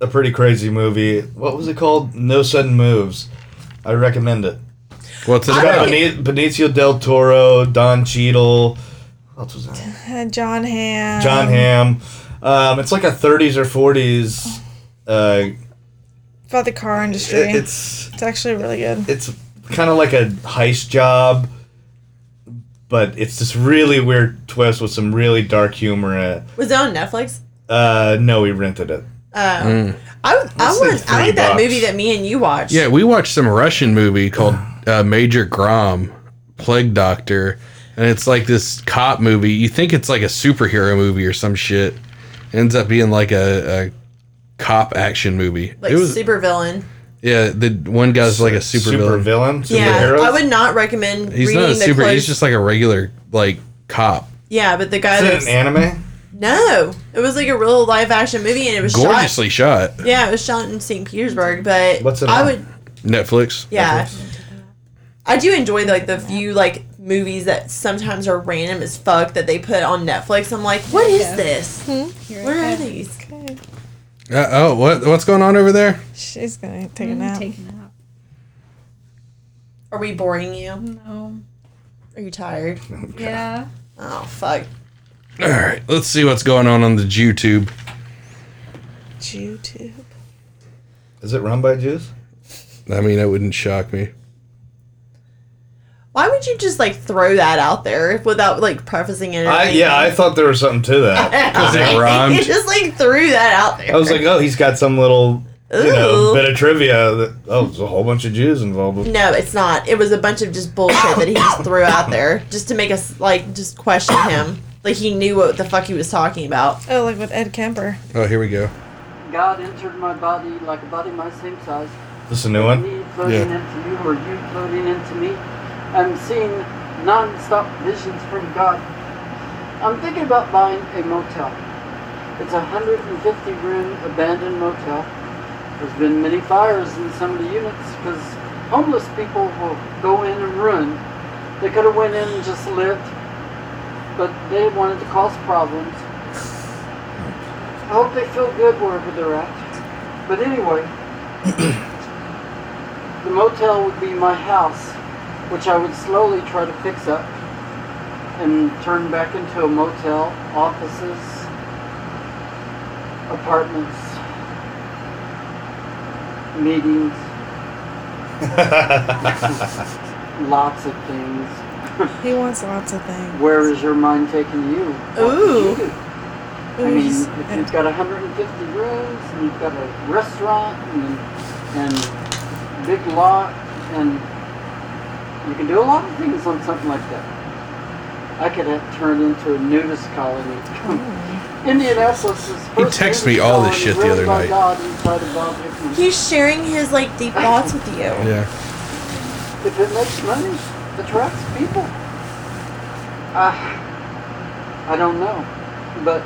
Speaker 3: a pretty crazy movie. What was it called? No Sudden Moves. I recommend it.
Speaker 5: What's it
Speaker 2: I
Speaker 5: about?
Speaker 3: Got Beni- Benicio del Toro, Don Cheadle. What else was that?
Speaker 4: Uh, John Ham.
Speaker 3: John Hamm. Um, it's like a 30s or 40s. Uh,
Speaker 4: About the car industry.
Speaker 3: it-
Speaker 4: it's,
Speaker 3: it's
Speaker 4: actually really good.
Speaker 3: it's kind of like a heist job, but it's this really weird twist with some really dark humor. In it.
Speaker 2: Was it on Netflix?
Speaker 3: Uh, no, we rented it.
Speaker 2: Oh. I I
Speaker 3: It's
Speaker 2: want
Speaker 3: like
Speaker 2: I like
Speaker 3: three
Speaker 2: that
Speaker 3: bucks.
Speaker 2: movie that me and you watched.
Speaker 5: Yeah, we watched some Russian movie called uh, Major Grom, Plague Doctor, and it's like this cop movie. You think it's like a superhero movie or some shit. Ends up being like a, a cop action movie.
Speaker 2: Like
Speaker 5: it was
Speaker 2: super villain.
Speaker 5: yeah. The one guy's like a super, villain.
Speaker 3: villain. Superhero.
Speaker 2: Yeah. I would not recommend
Speaker 5: He's
Speaker 2: reading
Speaker 5: not a
Speaker 2: the
Speaker 5: super.
Speaker 2: close.
Speaker 5: He's just like a regular like cop.
Speaker 2: yeah, but the guy
Speaker 3: Is it
Speaker 2: that's
Speaker 3: an anime?
Speaker 2: No, it was like a real live action movie, and it was shot.
Speaker 5: Gorgeously shot.
Speaker 2: Yeah, it was shot in St. Petersburg, but
Speaker 3: What's it
Speaker 2: I
Speaker 3: on?
Speaker 2: would,
Speaker 5: Netflix.
Speaker 2: yeah, I do enjoy like the few like movies that sometimes are random as fuck that they put on Netflix. I'm like, what is
Speaker 1: Yeah.
Speaker 2: this?
Speaker 1: Here I
Speaker 2: What are
Speaker 1: am.
Speaker 2: these?
Speaker 4: Okay.
Speaker 5: Uh, oh, what what's going on over there?
Speaker 1: Mm,
Speaker 4: She's gonna take a
Speaker 1: I'm
Speaker 4: nap.
Speaker 1: taking a nap.
Speaker 2: Are we boring you?
Speaker 1: No.
Speaker 2: Are you tired?
Speaker 1: Yeah.
Speaker 2: Oh fuck.
Speaker 5: All right, let's see what's going on on the YouTube.
Speaker 2: YouTube.
Speaker 3: Is it run by Jews?
Speaker 5: I mean, that wouldn't shock me.
Speaker 2: Why would you just like throw that out there without like prefacing it? or
Speaker 3: I, yeah, I
Speaker 2: anything?
Speaker 3: thought there was something to that.
Speaker 5: Because it
Speaker 2: [LAUGHS]
Speaker 5: rhymed.
Speaker 2: you just like threw that out there.
Speaker 3: I was like, oh, he's got some little you know,
Speaker 2: Ooh.
Speaker 3: bit of trivia that oh, there's a whole bunch of Jews involved. With.
Speaker 2: No, it's not. It was a bunch of just bullshit that he just threw out there just to make us like just question him. Like he knew what the fuck he was talking about.
Speaker 4: Oh, like with Ed Kemper.
Speaker 5: Oh, here we go.
Speaker 6: God entered my body like a body my same size.
Speaker 3: This is a new one. [LAUGHS]
Speaker 6: Me floating
Speaker 5: Yeah.
Speaker 6: into you or you floating into me. I'm seeing non-stop visions from God. I'm thinking about buying a motel. It's a 150 room abandoned motel. There's been many fires in some of the units because homeless people will go in and ruin. They could have went in and just lived, but they wanted to cause problems. I hope they feel good wherever they're at. But anyway, the motel would be my house, which I would slowly try to fix up and turn back into a motel, offices, apartments, meetings, lots of things.
Speaker 4: He wants lots of things.
Speaker 6: Where is your mind taking you? What would
Speaker 2: Ooh.
Speaker 6: you do? I mean, if you've got 150 rooms and you've got a restaurant and, and big lot and you can do a lot of things on something like that. I could have turned into a nudist colony. [LAUGHS] Indianapolis is
Speaker 5: He
Speaker 6: first
Speaker 5: texted
Speaker 6: nudist
Speaker 5: me all this
Speaker 6: colony
Speaker 5: shit the
Speaker 6: run
Speaker 5: other
Speaker 6: by
Speaker 5: night.
Speaker 6: God inside of Bob Hickman.
Speaker 2: He's sharing his like deep thoughts with you.
Speaker 5: Yeah.
Speaker 6: If it makes money, attracts people. Uh, I don't know, but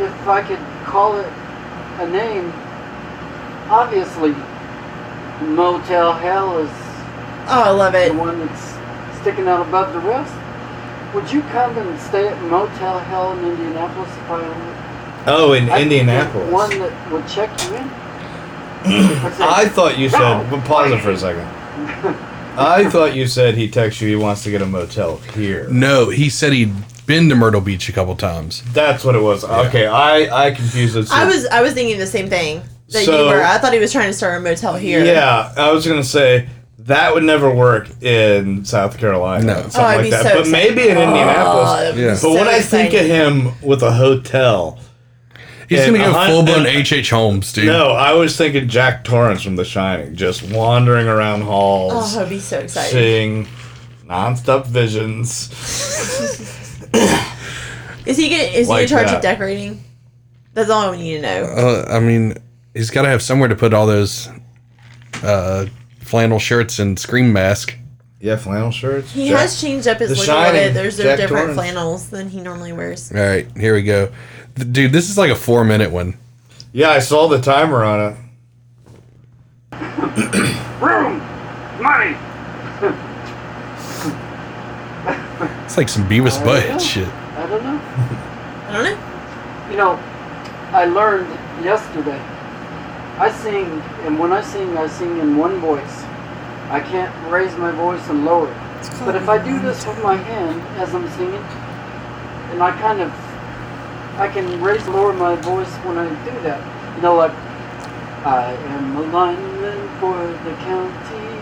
Speaker 6: if I could call it a name, obviously Motel Hell is
Speaker 2: Oh, I love
Speaker 6: the
Speaker 2: it.
Speaker 6: one that's sticking out above the rest. Would you come and stay at Motel Hell in Indianapolis if I owned it?
Speaker 3: Oh, in
Speaker 6: I think there's
Speaker 3: Indianapolis.
Speaker 6: One that would check
Speaker 3: [CLEARS THROAT]
Speaker 6: you in. I'd say,
Speaker 3: I thought you said. But pause it for a second. I thought you said he texts you. He wants to get a motel here.
Speaker 5: No, he said he'd been to Myrtle Beach a couple times.
Speaker 3: That's what it was. Okay, I I confused it.
Speaker 2: I was I was thinking the same thing that
Speaker 3: So-
Speaker 2: you were. I thought he was trying to start a motel here.
Speaker 3: Yeah, I was gonna say that would never work in South Carolina.
Speaker 5: No.
Speaker 3: something
Speaker 2: Oh, I'd
Speaker 3: like
Speaker 2: be
Speaker 3: that.
Speaker 2: so
Speaker 3: but
Speaker 2: excited. Oh,
Speaker 3: maybe in Indianapolis.
Speaker 2: that'd
Speaker 5: be Yeah.
Speaker 3: But
Speaker 2: so
Speaker 3: when I think of
Speaker 2: exciting.
Speaker 3: him with a hotel,
Speaker 5: He's
Speaker 3: And
Speaker 5: gonna
Speaker 3: a
Speaker 5: go
Speaker 3: hun-
Speaker 5: full
Speaker 3: and-
Speaker 5: blown H.H. Holmes, dude.
Speaker 3: no, I was thinking Jack Torrance from The Shining, just wandering around halls,
Speaker 2: Oh, I'd be so excited.
Speaker 3: seeing nonstop visions.
Speaker 2: Is he gonna is he
Speaker 3: Like
Speaker 2: in charge
Speaker 3: that.
Speaker 2: of decorating? That's all we need to know.
Speaker 5: Uh, I mean, he's got to have somewhere to put all those uh, flannel shirts and scream mask.
Speaker 3: Yeah, flannel shirts.
Speaker 2: He
Speaker 3: Jack-
Speaker 2: has changed up his
Speaker 3: The
Speaker 2: look a little
Speaker 3: Shining,
Speaker 2: bit. There's
Speaker 3: Jack
Speaker 2: different
Speaker 3: Torrance.
Speaker 2: flannels than he normally wears.
Speaker 5: All right, here we go. Th- Dude, this is like a four minute one.
Speaker 3: Yeah, I saw the timer on it.
Speaker 6: room, money.
Speaker 5: It's like some Beavis
Speaker 6: Oh, yeah.
Speaker 5: Butt shit.
Speaker 6: I don't know.
Speaker 2: I don't know.
Speaker 6: You know, I learned yesterday. I sing, and when I sing, I sing in one voice. I can't raise my voice and lower it. But if I do this with my hand as I'm singing, and I kind of, I can raise and lower my voice when I do that. You know, like, I am a lineman for the county,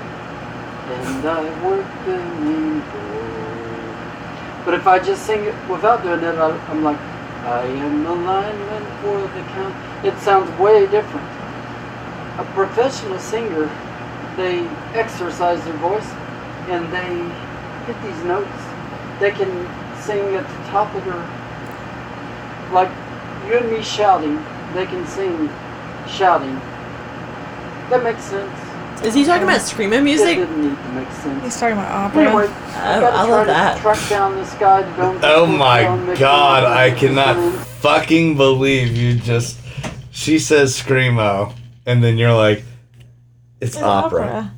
Speaker 6: and I work the main road. But if I just sing it without doing it, I, I'm like, I am a lineman for the count. It sounds way different. A professional singer, they exercise their voice and they hit these notes. They can sing at the top of their, like you and me shouting, they can sing shouting. That makes sense.
Speaker 2: Is he talking about screaming
Speaker 6: It
Speaker 2: music?
Speaker 6: didn't need to make sense.
Speaker 4: He's talking about opera.
Speaker 6: Anyway,
Speaker 2: I
Speaker 6: I gotta
Speaker 2: love
Speaker 6: try
Speaker 2: that.
Speaker 6: to track down this guy to go.
Speaker 3: Oh my god, I cannot fucking believe you just. She says screamo, and then you're like, it's, opera.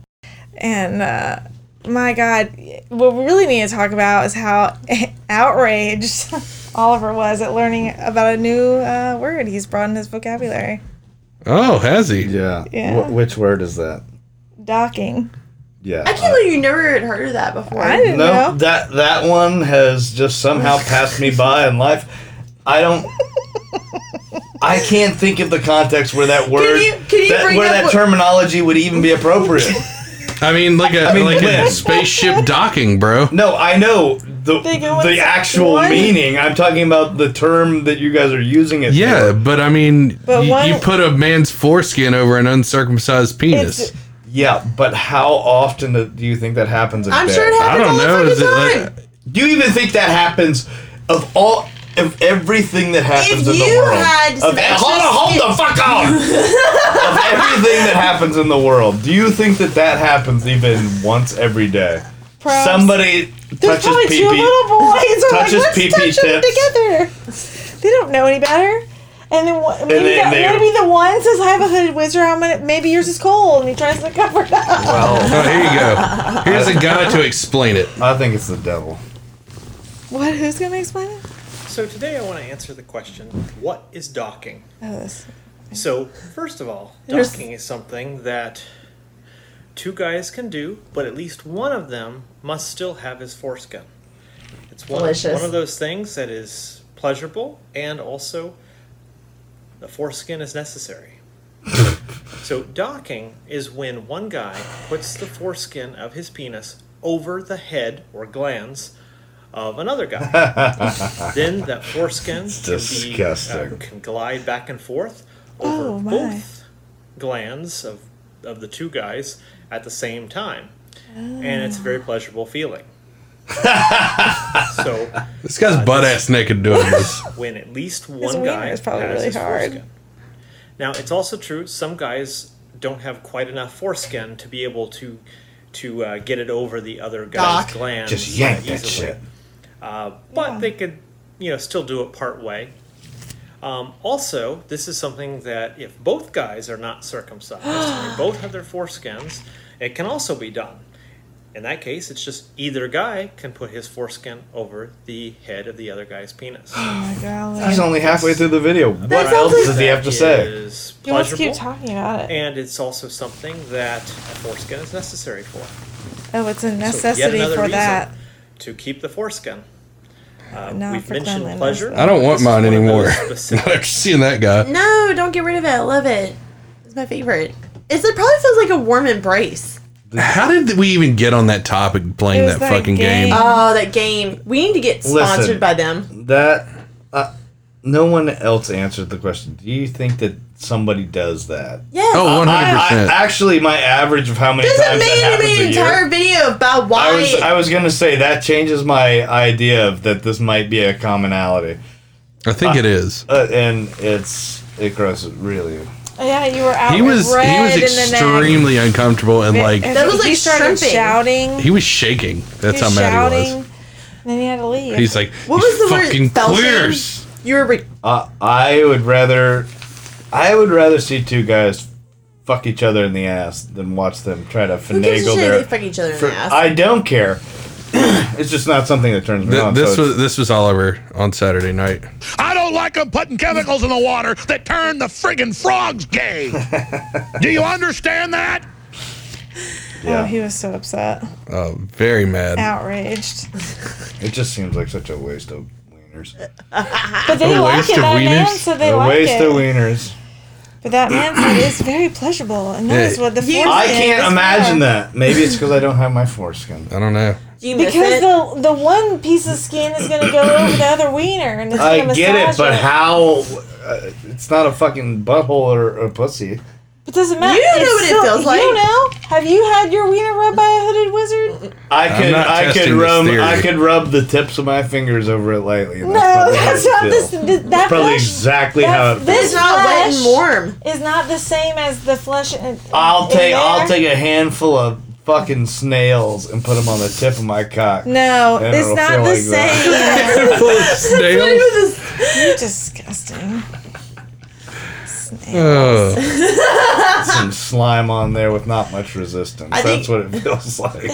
Speaker 4: And uh, my God, what we really need to talk about is how [LAUGHS] outraged [LAUGHS] Oliver was at learning about a new uh, word he's brought in his vocabulary.
Speaker 5: Oh, has he?
Speaker 3: Yeah.
Speaker 4: Yeah.
Speaker 3: Wh- which word is that?
Speaker 4: Docking.
Speaker 3: Yeah. Uh,
Speaker 2: I can't believe you never had heard of that before.
Speaker 4: I didn't
Speaker 3: no,
Speaker 4: know.
Speaker 3: that that one has just somehow passed me by in life. I don't. I can't think of the context where that word,
Speaker 2: you- can you
Speaker 3: that-
Speaker 2: bring
Speaker 3: where
Speaker 2: up
Speaker 3: that
Speaker 2: what-
Speaker 3: terminology would even be
Speaker 2: [LAUGHS]
Speaker 3: appropriate.
Speaker 5: I mean, like a
Speaker 3: I mean,
Speaker 5: like a
Speaker 3: Lynn.
Speaker 5: spaceship docking, bro.
Speaker 3: No, I know the
Speaker 4: Think it was
Speaker 3: the actual
Speaker 4: one-
Speaker 3: meaning. I'm talking about the term that you guys are using it.
Speaker 5: Yeah,
Speaker 3: for.
Speaker 5: but I mean,
Speaker 4: But
Speaker 5: y-
Speaker 4: why-
Speaker 5: you put a man's foreskin over an uncircumcised penis.
Speaker 4: It's-
Speaker 3: yeah. But how often do you think that happens? in
Speaker 2: I'm
Speaker 3: bed?
Speaker 2: sure it
Speaker 5: I
Speaker 2: happens
Speaker 5: don't
Speaker 2: all
Speaker 5: know.
Speaker 2: the
Speaker 5: Is it
Speaker 2: fucking
Speaker 5: like,
Speaker 2: time.
Speaker 3: Do you even think that happens of all of everything that happens
Speaker 2: If
Speaker 3: in
Speaker 2: you
Speaker 3: the world?
Speaker 2: had some
Speaker 3: of, e-
Speaker 2: extra
Speaker 3: hold on, hold the fuck
Speaker 2: [LAUGHS]
Speaker 3: on! of everything that happens in the world, do you think that that happens even once every day?
Speaker 4: Perhaps.
Speaker 3: Somebody
Speaker 4: There's
Speaker 3: touches
Speaker 4: probably
Speaker 3: pee
Speaker 4: two
Speaker 3: pee.
Speaker 4: little boys. I'm like,
Speaker 3: Touches
Speaker 4: let's
Speaker 3: pee-pee
Speaker 4: touch them
Speaker 3: tips.
Speaker 4: together. They don't know any better. And then one- maybe,
Speaker 3: then
Speaker 4: the,
Speaker 3: they're-
Speaker 4: maybe the one says, "I have a hooded wizard. I'm gonna, maybe yours is cold," and he tries to [LAUGHS] cover it up.
Speaker 3: Well,
Speaker 5: oh, here you go. Here's a guy to explain it.
Speaker 3: I think it's the devil.
Speaker 4: What? Who's gonna explain it?
Speaker 7: So today I want to answer the question, what is docking?
Speaker 4: Oh, this.
Speaker 7: So, first of all,
Speaker 4: There's-
Speaker 7: docking is something that two guys can do, but at least one of them must still have his foreskin. It's one,
Speaker 2: Delicious.
Speaker 7: one of those things that is pleasurable and also the foreskin is necessary. so, docking is when one guy puts the foreskin of his penis over the head or glands of another guy. then that foreskin can, be, uh,
Speaker 3: disgusting.
Speaker 7: can glide back and forth
Speaker 4: Oh,
Speaker 7: over
Speaker 4: my.
Speaker 7: both glands of, of the two guys at the same time. And it's a
Speaker 4: Ah.
Speaker 7: very pleasurable feeling. so
Speaker 5: This guy's butt ass naked doing this.
Speaker 7: when at least one
Speaker 4: wiener
Speaker 7: guy
Speaker 4: is probably
Speaker 7: has
Speaker 4: really
Speaker 7: his
Speaker 4: hard.
Speaker 7: foreskin. Now it's also true some guys don't have quite enough foreskin to be able to to uh, get it over the other guy's
Speaker 2: Doc.
Speaker 7: glands
Speaker 3: Just yank that
Speaker 7: easily.
Speaker 3: shit.
Speaker 7: Uh, but they could, you know, still do it part way. Um, also, this is something that if both guys are not
Speaker 4: [GASPS]
Speaker 7: circumcised, and they both have their foreskins, it can also be done. In that case, it's just either guy can put his foreskin over the head of the other
Speaker 4: [GASPS]
Speaker 7: guy's penis.
Speaker 4: Oh my
Speaker 3: He's
Speaker 4: god.
Speaker 3: only halfway through the video. What
Speaker 4: sounds
Speaker 3: else
Speaker 4: like-
Speaker 3: does he have to say?
Speaker 7: Is
Speaker 4: You must
Speaker 7: pleasurable,
Speaker 4: keep talking about it.
Speaker 7: and it's also something that a foreskin is necessary for.
Speaker 4: Oh, it's a
Speaker 7: So yet
Speaker 4: necessity
Speaker 7: another
Speaker 4: for
Speaker 7: reason
Speaker 4: that.
Speaker 7: to keep the foreskin. Uh,
Speaker 4: Not
Speaker 7: we've
Speaker 4: for
Speaker 7: mentioned
Speaker 4: cleanliness,
Speaker 7: pleasure.
Speaker 4: though.
Speaker 5: I don't
Speaker 7: This
Speaker 5: want
Speaker 7: is
Speaker 5: mine
Speaker 7: one of those
Speaker 5: anymore. [LAUGHS]
Speaker 7: specific
Speaker 5: I've seen that guy.
Speaker 2: No, don't get rid of it. I love it. It's my favorite. It's, it probably feels like a warm embrace.
Speaker 5: How did we even get on that topic playing
Speaker 4: It was
Speaker 5: that,
Speaker 4: that
Speaker 5: fucking game?
Speaker 4: game.
Speaker 2: Oh, that game. We need to get sponsored
Speaker 3: Listen.
Speaker 2: by them.
Speaker 3: That uh, no one else answered the question. Do you think that somebody does that?
Speaker 2: Yes.
Speaker 5: Oh, one hundred
Speaker 3: I, I,
Speaker 5: percent.
Speaker 3: actually, my average of how many
Speaker 2: There's a
Speaker 3: times that
Speaker 2: made
Speaker 3: happens
Speaker 2: an
Speaker 3: a
Speaker 2: entire
Speaker 3: year.
Speaker 2: video about why.
Speaker 3: I was I was gonna say that changes my idea of that this might be a commonality,
Speaker 5: I think it is.
Speaker 3: uh, and it's it grosses really.
Speaker 4: Oh, Yeah, you were out.
Speaker 5: He was he
Speaker 4: red
Speaker 5: was
Speaker 4: in the neck.
Speaker 5: extremely uncomfortable and like
Speaker 4: And
Speaker 2: That was
Speaker 4: he
Speaker 2: like
Speaker 4: started
Speaker 2: shrimping.
Speaker 4: shouting.
Speaker 5: he was shaking. That's
Speaker 4: he
Speaker 5: how
Speaker 4: was
Speaker 5: mad he
Speaker 4: shouting.
Speaker 5: was.
Speaker 4: and then he had to leave.
Speaker 5: He's like,
Speaker 2: What
Speaker 5: "These
Speaker 2: was the word?
Speaker 5: fucking
Speaker 2: Felching?
Speaker 5: queers.
Speaker 2: you were re-
Speaker 3: Uh, I would rather, I would rather see two guys fuck each other in the ass than watch them try to
Speaker 2: who gives a
Speaker 3: finagle
Speaker 2: shit if
Speaker 3: their.
Speaker 2: they fuck each other in
Speaker 3: for-
Speaker 2: the ass?
Speaker 3: I don't care. [CLEARS THROAT] it's just not something that turns me
Speaker 5: Th-
Speaker 3: on.
Speaker 5: this
Speaker 3: so
Speaker 5: was this was Oliver on Saturday night.
Speaker 8: I don't like them putting chemicals in the water that turn the friggin' frogs gay. Do you understand that?
Speaker 3: it's-
Speaker 4: oh,
Speaker 3: yeah,
Speaker 4: he was so upset,
Speaker 5: Oh, very
Speaker 2: [LAUGHS]
Speaker 5: mad.
Speaker 4: outraged.
Speaker 3: it just seems like such a waste of wieners.
Speaker 4: But they
Speaker 5: A
Speaker 4: like
Speaker 5: waste
Speaker 4: it.
Speaker 5: of
Speaker 4: That man
Speaker 5: wieners.
Speaker 4: said they
Speaker 3: a
Speaker 4: Uh, like
Speaker 3: waste
Speaker 4: it.
Speaker 3: of wieners.
Speaker 4: But that man said it's very pleasurable, and
Speaker 5: Yeah.
Speaker 4: that is what the
Speaker 2: You-
Speaker 4: foreskin
Speaker 3: I
Speaker 4: is
Speaker 3: can't
Speaker 4: for.
Speaker 3: imagine that. Maybe it's because I don't have my
Speaker 4: [LAUGHS]
Speaker 3: foreskin.
Speaker 5: I don't
Speaker 3: [LAUGHS]
Speaker 5: know.
Speaker 2: Do you miss
Speaker 4: Because
Speaker 2: it?
Speaker 4: the the one piece of skin is gonna go over the other wiener, and it's gonna
Speaker 3: I get
Speaker 4: massage
Speaker 3: it, but how? Uh, it's not a fucking butthole or a pussy.
Speaker 4: It doesn't matter.
Speaker 2: You don't know
Speaker 4: It's
Speaker 2: what it feels
Speaker 4: You don't
Speaker 2: like.
Speaker 4: know? Have you had your wiener rubbed by a hooded wizard?
Speaker 3: I
Speaker 5: I'm
Speaker 3: could,
Speaker 5: not
Speaker 3: I could
Speaker 5: testing this
Speaker 3: rub,
Speaker 5: theory.
Speaker 3: I could rub the tips of my fingers over it lightly. and
Speaker 4: No,
Speaker 3: probably how
Speaker 4: that's
Speaker 3: it
Speaker 4: not
Speaker 3: feels.
Speaker 4: this. th- That
Speaker 3: Probably
Speaker 4: flesh
Speaker 3: exactly how. It feels.
Speaker 4: that's- this
Speaker 2: it's not wet and
Speaker 4: flesh
Speaker 2: warm.
Speaker 4: is not the same as the flesh. In,
Speaker 3: I'll
Speaker 4: in
Speaker 3: take, I'll
Speaker 4: there.
Speaker 3: take a handful of fucking snails and put them on the tip of my cock.
Speaker 4: No,
Speaker 3: And
Speaker 4: it's
Speaker 3: it'll
Speaker 4: not
Speaker 3: feel
Speaker 4: the
Speaker 3: like that.
Speaker 4: same.
Speaker 3: [LAUGHS]
Speaker 4: [LAUGHS]
Speaker 5: Snails.
Speaker 4: You're disgusting.
Speaker 5: Oh,
Speaker 3: Some slime on there with not much resistance.
Speaker 2: I
Speaker 3: That's
Speaker 2: think-
Speaker 3: what it feels [LAUGHS] like.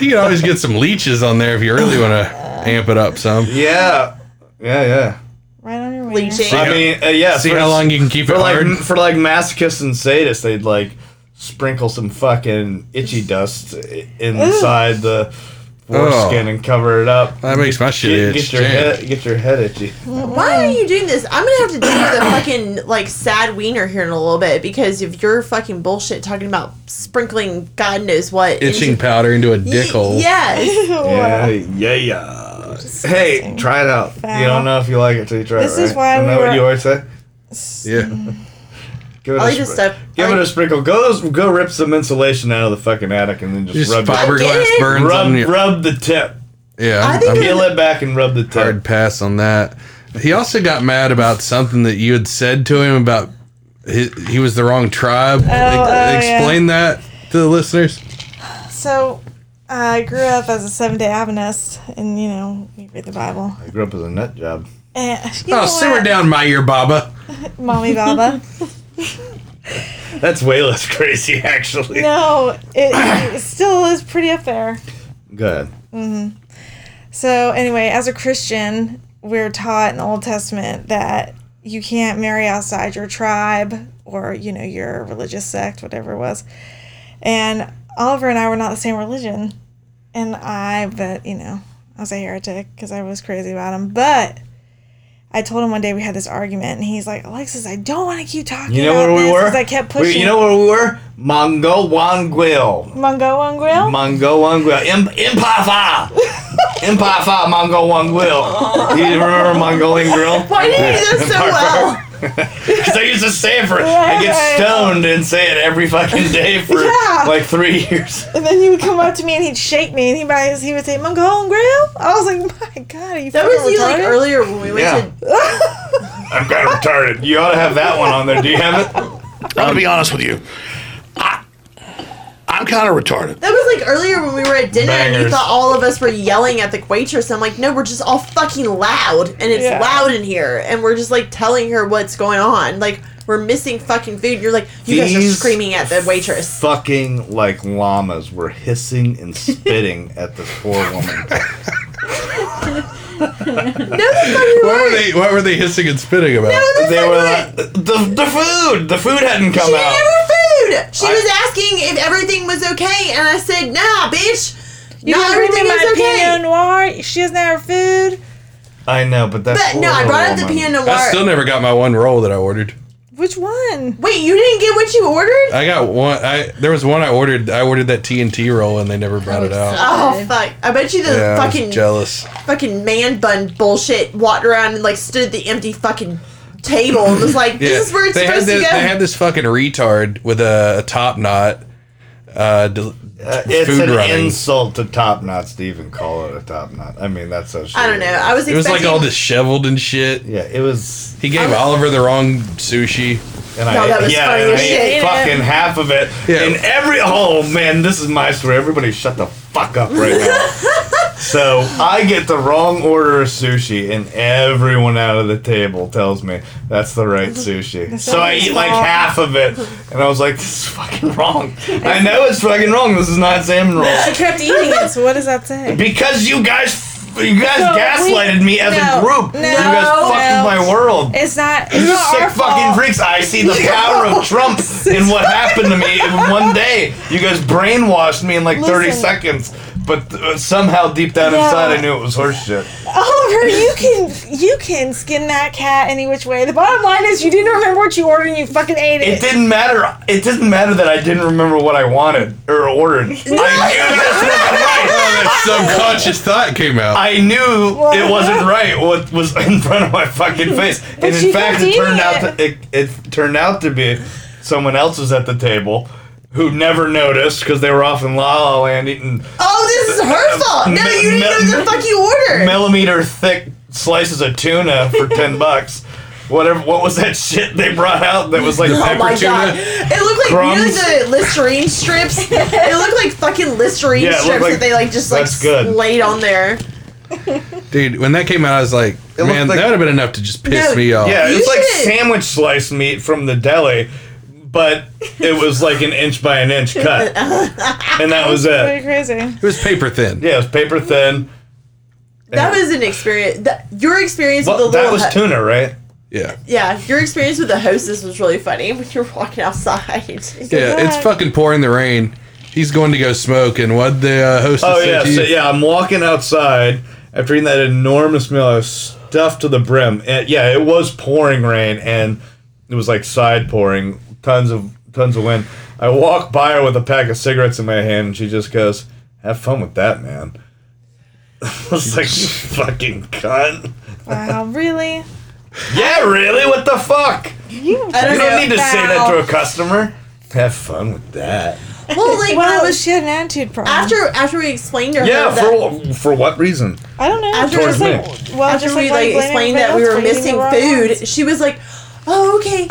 Speaker 5: you can always get some leeches on there if you really want to amp it up some.
Speaker 3: Yeah, yeah, yeah.
Speaker 4: Right on your wiener.
Speaker 2: Leeching.
Speaker 3: I mean, uh, yeah.
Speaker 5: See
Speaker 3: for-
Speaker 5: how long you can keep it
Speaker 3: for like
Speaker 5: hard.
Speaker 3: for like masochists and sadists, they'd like sprinkle some fucking itchy dust i- inside the foreskin and cover it up.
Speaker 5: That makes my
Speaker 3: Get,
Speaker 5: shit itch.
Speaker 3: get your
Speaker 5: damn.
Speaker 3: head, get your head itchy.
Speaker 2: Why are
Speaker 4: Mm.
Speaker 2: you doing this? I'm gonna have to do the fucking like sad wiener here in a little bit because of your fucking bullshit talking about sprinkling God knows what
Speaker 5: Itching
Speaker 2: into-
Speaker 5: powder into a
Speaker 2: Y-
Speaker 5: dick
Speaker 2: [LAUGHS]
Speaker 5: hole.
Speaker 4: [LAUGHS]
Speaker 2: Yes.
Speaker 3: Yeah, yeah, yeah. Hey, try it out. You don't know if you like it till you try
Speaker 4: This
Speaker 3: it.
Speaker 4: is why
Speaker 3: right? Isn't
Speaker 4: we
Speaker 3: that what
Speaker 4: were-
Speaker 3: you always say.
Speaker 5: Yeah.
Speaker 2: I
Speaker 3: Give it a
Speaker 2: like this
Speaker 3: spr-
Speaker 2: stuff.
Speaker 3: Give
Speaker 2: I
Speaker 3: it a
Speaker 2: like-
Speaker 3: sprinkle. Go go rip some insulation out of the fucking attic and then just,
Speaker 5: Just
Speaker 3: rub the,
Speaker 5: fiberglass
Speaker 2: it.
Speaker 5: burns on
Speaker 3: rub
Speaker 5: you.
Speaker 3: rub the tip.
Speaker 5: Yeah.
Speaker 2: I
Speaker 5: I'm,
Speaker 2: think
Speaker 5: I'm
Speaker 2: it-
Speaker 3: Peel it back and rub the tip.
Speaker 5: hard pass on that. He also got mad about something that you had said to him about he, he was the wrong tribe.
Speaker 4: oh,
Speaker 5: Explain that to the listeners.
Speaker 4: So, I grew up as a Seventh Day Adventist, and you know, you read the Bible.
Speaker 3: I grew up as a nut job.
Speaker 4: And, you
Speaker 5: Oh,
Speaker 4: know
Speaker 5: simmer
Speaker 4: what?
Speaker 5: down, my ear, Baba.
Speaker 4: mommy Baba.
Speaker 5: [LAUGHS]
Speaker 3: That's way less [LAUGHS] crazy, actually.
Speaker 4: no, it, it still is pretty up there.
Speaker 3: Go ahead.
Speaker 4: So, anyway, as a Christian, we're taught in the Old Testament that you can't marry outside your tribe or, you know, your religious sect, whatever it was. And Oliver and I were not the same religion. And I, but, you know, I was a heretic because I was crazy about him. But I told him one day we had this argument, and he's like, Alexis, I don't want to keep talking
Speaker 3: You know
Speaker 4: about
Speaker 3: where we
Speaker 4: this,"
Speaker 3: were?
Speaker 4: 'cause I kept
Speaker 3: We-
Speaker 4: pushing.
Speaker 3: you know where we were? Mongo Wanguil.
Speaker 4: Mungo Unguil?
Speaker 3: Mongo Wanguil. Im- Impafa. Impafa Mongo Wanguil. You remember Mongo Wanguil?
Speaker 2: Why do you do this
Speaker 3: [LAUGHS]
Speaker 2: so well?
Speaker 3: Because I used to say it for I get
Speaker 4: Right.
Speaker 3: stoned and say it every fucking day for
Speaker 4: Yeah.
Speaker 3: like three years.
Speaker 4: And then he would come up to me and he'd shake me and he would, he would say, Mungo and Grill? I was like, my God, are you
Speaker 2: That was you like
Speaker 4: retarded?" [LAUGHS]
Speaker 2: earlier when we went
Speaker 3: Yeah.
Speaker 2: to
Speaker 3: I'm kind of retarded. You ought to have that one on there. Do you have it?
Speaker 8: I'm gonna be honest with you. I, I'm kind of retarded.
Speaker 2: that was like earlier when we were at dinner and you
Speaker 3: Bangers.
Speaker 2: thought all of us were yelling at the waitress. I'm like, no, we're just all fucking loud and it's
Speaker 4: Yeah.
Speaker 2: loud in here and we're just like telling her what's going on. Like we're missing fucking food. You're like, you guys are
Speaker 3: These
Speaker 2: screaming at the waitress.
Speaker 3: Fucking like llamas were hissing and spitting at this poor
Speaker 2: [LAUGHS]
Speaker 3: woman.
Speaker 5: What were they? What were they hissing and spitting about?
Speaker 3: they were like, the, the food. The food hadn't come
Speaker 2: She
Speaker 3: out.
Speaker 2: didn't have her food. She was asking if everything was okay, and I said, "Nah, bitch,
Speaker 4: You
Speaker 2: not
Speaker 4: didn't bring
Speaker 2: everything
Speaker 4: me my
Speaker 2: is okay."
Speaker 4: Pinot Noir. She doesn't have her food.
Speaker 3: I know, but that's
Speaker 2: But no, I
Speaker 3: poor
Speaker 2: brought up the
Speaker 3: woman.
Speaker 2: Pinot
Speaker 5: I still
Speaker 2: Noir.
Speaker 5: never got my one roll that I ordered.
Speaker 4: Which one?
Speaker 2: Wait, you didn't get what you ordered?
Speaker 5: I got one. I there was one I ordered. I ordered that TNT roll and they never brought it out.
Speaker 2: Oh fuck! I bet you the
Speaker 5: Yeah, I was
Speaker 2: fucking
Speaker 5: jealous.
Speaker 2: fucking man bun bullshit walked around and like stood at the empty fucking table and was like, "This is where it's
Speaker 5: they had
Speaker 2: supposed
Speaker 5: this,
Speaker 2: to go."
Speaker 5: They had this fucking retard with a, a top knot. Uh, del-
Speaker 3: Uh, it's
Speaker 5: food
Speaker 3: an
Speaker 5: running.
Speaker 3: insult to top knots to even call it a top knot. I mean, that's so.
Speaker 2: I don't know. I was.
Speaker 5: it was like
Speaker 2: expecting-
Speaker 5: all disheveled and shit.
Speaker 3: yeah, it was.
Speaker 5: He gave Oliver the wrong sushi.
Speaker 3: And I,
Speaker 2: No, that was
Speaker 3: yeah,
Speaker 2: funny
Speaker 3: and
Speaker 2: as
Speaker 3: I
Speaker 2: shit.
Speaker 3: ate fucking half of it.
Speaker 5: Yeah.
Speaker 3: In every, oh man, this is my story. Everybody shut the fuck up right now. so I get the wrong order of sushi, and everyone out of the table tells me that's the right sushi. So I eat like half of it, and I was like, this is fucking wrong. I know it's fucking wrong. This is not salmon rolls.
Speaker 4: I kept eating it, so what does that say?
Speaker 3: Because you guys. You guys
Speaker 4: No,
Speaker 3: gaslighted
Speaker 4: we-
Speaker 3: me as a
Speaker 4: no,
Speaker 3: group.
Speaker 4: no,
Speaker 3: you guys fucked
Speaker 4: no.
Speaker 3: my world.
Speaker 4: It's not, it's
Speaker 3: You
Speaker 4: not
Speaker 3: sick
Speaker 4: our
Speaker 3: fucking
Speaker 4: fault.
Speaker 3: freaks. I see
Speaker 4: [LAUGHS]
Speaker 3: the power of Trump in what happened to me in one day. You guys brainwashed me in like 30
Speaker 4: Listen.
Speaker 3: seconds, but uh, somehow deep down inside I knew it was horseshit.
Speaker 4: Oliver, you can you can skin that cat any which way. The bottom line is you didn't remember what you ordered and you fucking ate
Speaker 3: It
Speaker 4: it.
Speaker 3: didn't matter. It didn't matter that I didn't remember what I wanted or ordered. I knew this was
Speaker 4: [LAUGHS]
Speaker 2: Oh,
Speaker 3: right.
Speaker 5: That [LAUGHS] subconscious thought came out.
Speaker 3: I knew it wasn't right what was [LAUGHS] in front of my fucking
Speaker 4: [LAUGHS]
Speaker 3: face. and in
Speaker 4: you
Speaker 3: fact,
Speaker 4: kept
Speaker 3: it turned
Speaker 4: eating
Speaker 3: out to, it, it turned out to be someone else was at the table who never noticed because they were off in La La Land eating
Speaker 2: oh, this is
Speaker 5: [LAUGHS]
Speaker 2: her fault. No, you didn't
Speaker 3: Me-
Speaker 2: know the fuck you [LAUGHS] ordered.
Speaker 3: millimeter thick slices of tuna
Speaker 2: [LAUGHS]
Speaker 3: for ten bucks. Whatever, what was that shit they brought out that was like
Speaker 2: Oh my
Speaker 3: pepper
Speaker 2: god!
Speaker 3: tuna?
Speaker 2: It looked like
Speaker 3: Crumbs.
Speaker 2: you know the Listerine strips. [LAUGHS] it looked like fucking Listerine
Speaker 3: Yeah, it looked
Speaker 2: strips
Speaker 3: like-
Speaker 2: that they like just like
Speaker 3: that's good.
Speaker 2: laid on there.
Speaker 5: Dude, when that came out, I was like,
Speaker 3: looked
Speaker 5: man,
Speaker 3: like-
Speaker 5: that would have been enough to just piss
Speaker 2: No,
Speaker 5: me off.
Speaker 3: Yeah,
Speaker 2: You
Speaker 3: it's like
Speaker 2: should-
Speaker 3: sandwich slice meat from the deli, but it was like an inch by an inch
Speaker 2: [LAUGHS]
Speaker 3: cut, and that was
Speaker 4: Pretty
Speaker 3: it.
Speaker 4: crazy.
Speaker 5: It was paper thin.
Speaker 3: Yeah, it was paper thin.
Speaker 2: That was an experience. That, your experience
Speaker 3: Well,
Speaker 2: with the
Speaker 3: that
Speaker 2: little
Speaker 3: was
Speaker 2: hut.
Speaker 3: tuna, right?
Speaker 5: Yeah.
Speaker 2: Yeah, your experience with the hostess was really funny when you're walking outside.
Speaker 5: Yeah, it's fucking pouring the rain. He's going to go smoke, and what the uh, hostess
Speaker 3: Oh
Speaker 5: said
Speaker 3: yeah,
Speaker 5: to
Speaker 3: so,
Speaker 5: you?
Speaker 3: yeah. I'm walking outside after eating that enormous meal. I was stuffed to the brim. And, yeah, it was pouring rain, and it was like side pouring, tons of tons of wind. I walk by her with a pack of cigarettes in my hand, and she just goes, "Have fun with that, man." [LAUGHS] I was like, "You fucking cunt."
Speaker 4: Wow, really?
Speaker 3: Yeah, really? What the fuck?
Speaker 2: I
Speaker 4: You
Speaker 3: You
Speaker 2: don't
Speaker 3: don't
Speaker 2: know.
Speaker 3: need to say that to a customer. Have fun with that.
Speaker 2: Well, like when I
Speaker 4: Wow,
Speaker 2: was
Speaker 4: she had an attitude problem.
Speaker 2: after after we explained to her
Speaker 3: Yeah,
Speaker 2: that
Speaker 3: for for what reason?
Speaker 4: I don't know.
Speaker 2: After-
Speaker 4: just like,
Speaker 3: Towards
Speaker 4: well,
Speaker 2: after
Speaker 4: Oh, just
Speaker 2: we like
Speaker 4: blaming
Speaker 2: explained that we were
Speaker 4: everybody else for eating
Speaker 2: missing
Speaker 4: the wrong ones.
Speaker 2: food, she was like, "Oh, okay,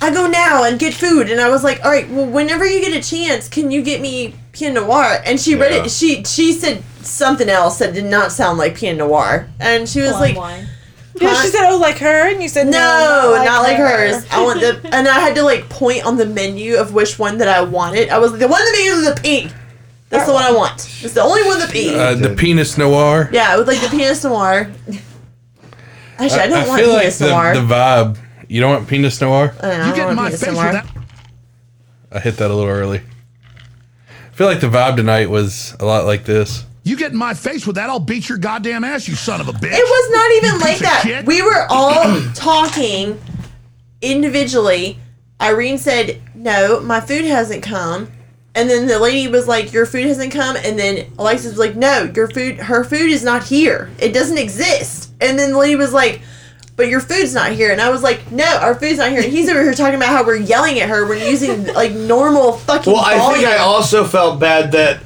Speaker 2: I go now and get food." And I was like, "All right, well, whenever you get a chance, can you get me Pinot Noir?" And she read
Speaker 3: Yeah.
Speaker 2: it. She she said something else that did not sound like Pinot Noir, and she was like.
Speaker 1: wine.
Speaker 4: Yeah, she said, "Oh, like her," and you said, "No,
Speaker 2: No,
Speaker 4: not, like,
Speaker 2: not like
Speaker 4: her.
Speaker 2: hers. I want the and I had to like point on the menu of which one that I wanted. I was like the one that menu with the pink. That's the one I want. It's the only one with the pink.
Speaker 5: Uh, the penis noir.
Speaker 2: yeah, with like the penis noir. Actually, I, don't want
Speaker 5: feel
Speaker 2: penis
Speaker 5: like
Speaker 2: noir.
Speaker 5: the, the vibe. You don't want penis noir?
Speaker 2: I don't know, I
Speaker 8: You
Speaker 2: don't
Speaker 8: get in
Speaker 2: want
Speaker 8: my
Speaker 2: penis
Speaker 8: face with
Speaker 2: noir.
Speaker 8: that.
Speaker 5: I hit that a little early. I feel like the vibe tonight was a lot like this.
Speaker 8: You get in my face with that, I'll beat your goddamn ass, you son of a bitch.
Speaker 2: It was not even like
Speaker 8: of
Speaker 2: that.
Speaker 8: shit.
Speaker 2: We were
Speaker 8: [CLEARS THROAT]
Speaker 2: all talking individually. Irene said, "No, my food hasn't come." And then the lady was like, "Your food hasn't come." And then Alexis was like, "No, your food, her food is not here. It doesn't exist." And then the lady was like, "But your food's not here." And I was like, "No, our food's not here." And he's over here talking about how we're yelling at her. We're using like normal fucking.
Speaker 3: Well, I think I
Speaker 2: volume.
Speaker 3: also felt bad that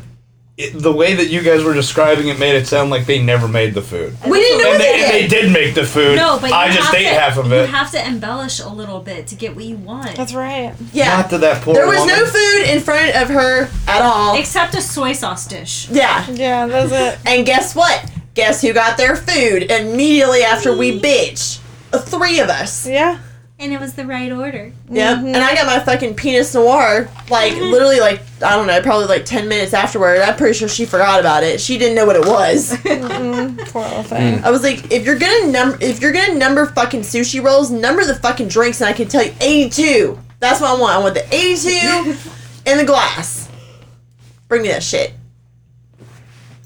Speaker 3: it, the way that you guys were describing it made it sound like they never made the food.
Speaker 2: we didn't know
Speaker 3: And
Speaker 2: what
Speaker 3: they,
Speaker 2: they
Speaker 3: and they
Speaker 2: did.
Speaker 3: did make the food.
Speaker 1: No, but you
Speaker 3: I just
Speaker 1: have
Speaker 3: ate
Speaker 1: to,
Speaker 3: half of
Speaker 1: You
Speaker 3: it.
Speaker 1: have to embellish a little bit to get what you want.
Speaker 4: That's right.
Speaker 2: Yeah,
Speaker 3: Not to that poor
Speaker 2: there was
Speaker 3: woman.
Speaker 2: no food in front of her at all.
Speaker 1: Except a soy sauce dish.
Speaker 2: Yeah,
Speaker 4: Yeah, that's it.
Speaker 2: And guess what? Guess who got their food immediately after we bitch? The Three of us.
Speaker 4: Yeah,
Speaker 1: And it was the right order.
Speaker 2: Yep. And I got my fucking penis noir, like literally, like I don't know, probably like ten minutes afterward. I'm pretty sure she forgot about it. She didn't know what it was.
Speaker 4: poor little thing.
Speaker 2: I was like, if you're gonna number, if you're gonna number fucking sushi rolls, number the fucking drinks, and I can tell you eighty-two. That's what I want. I want the eighty-two in the glass. Bring me that shit.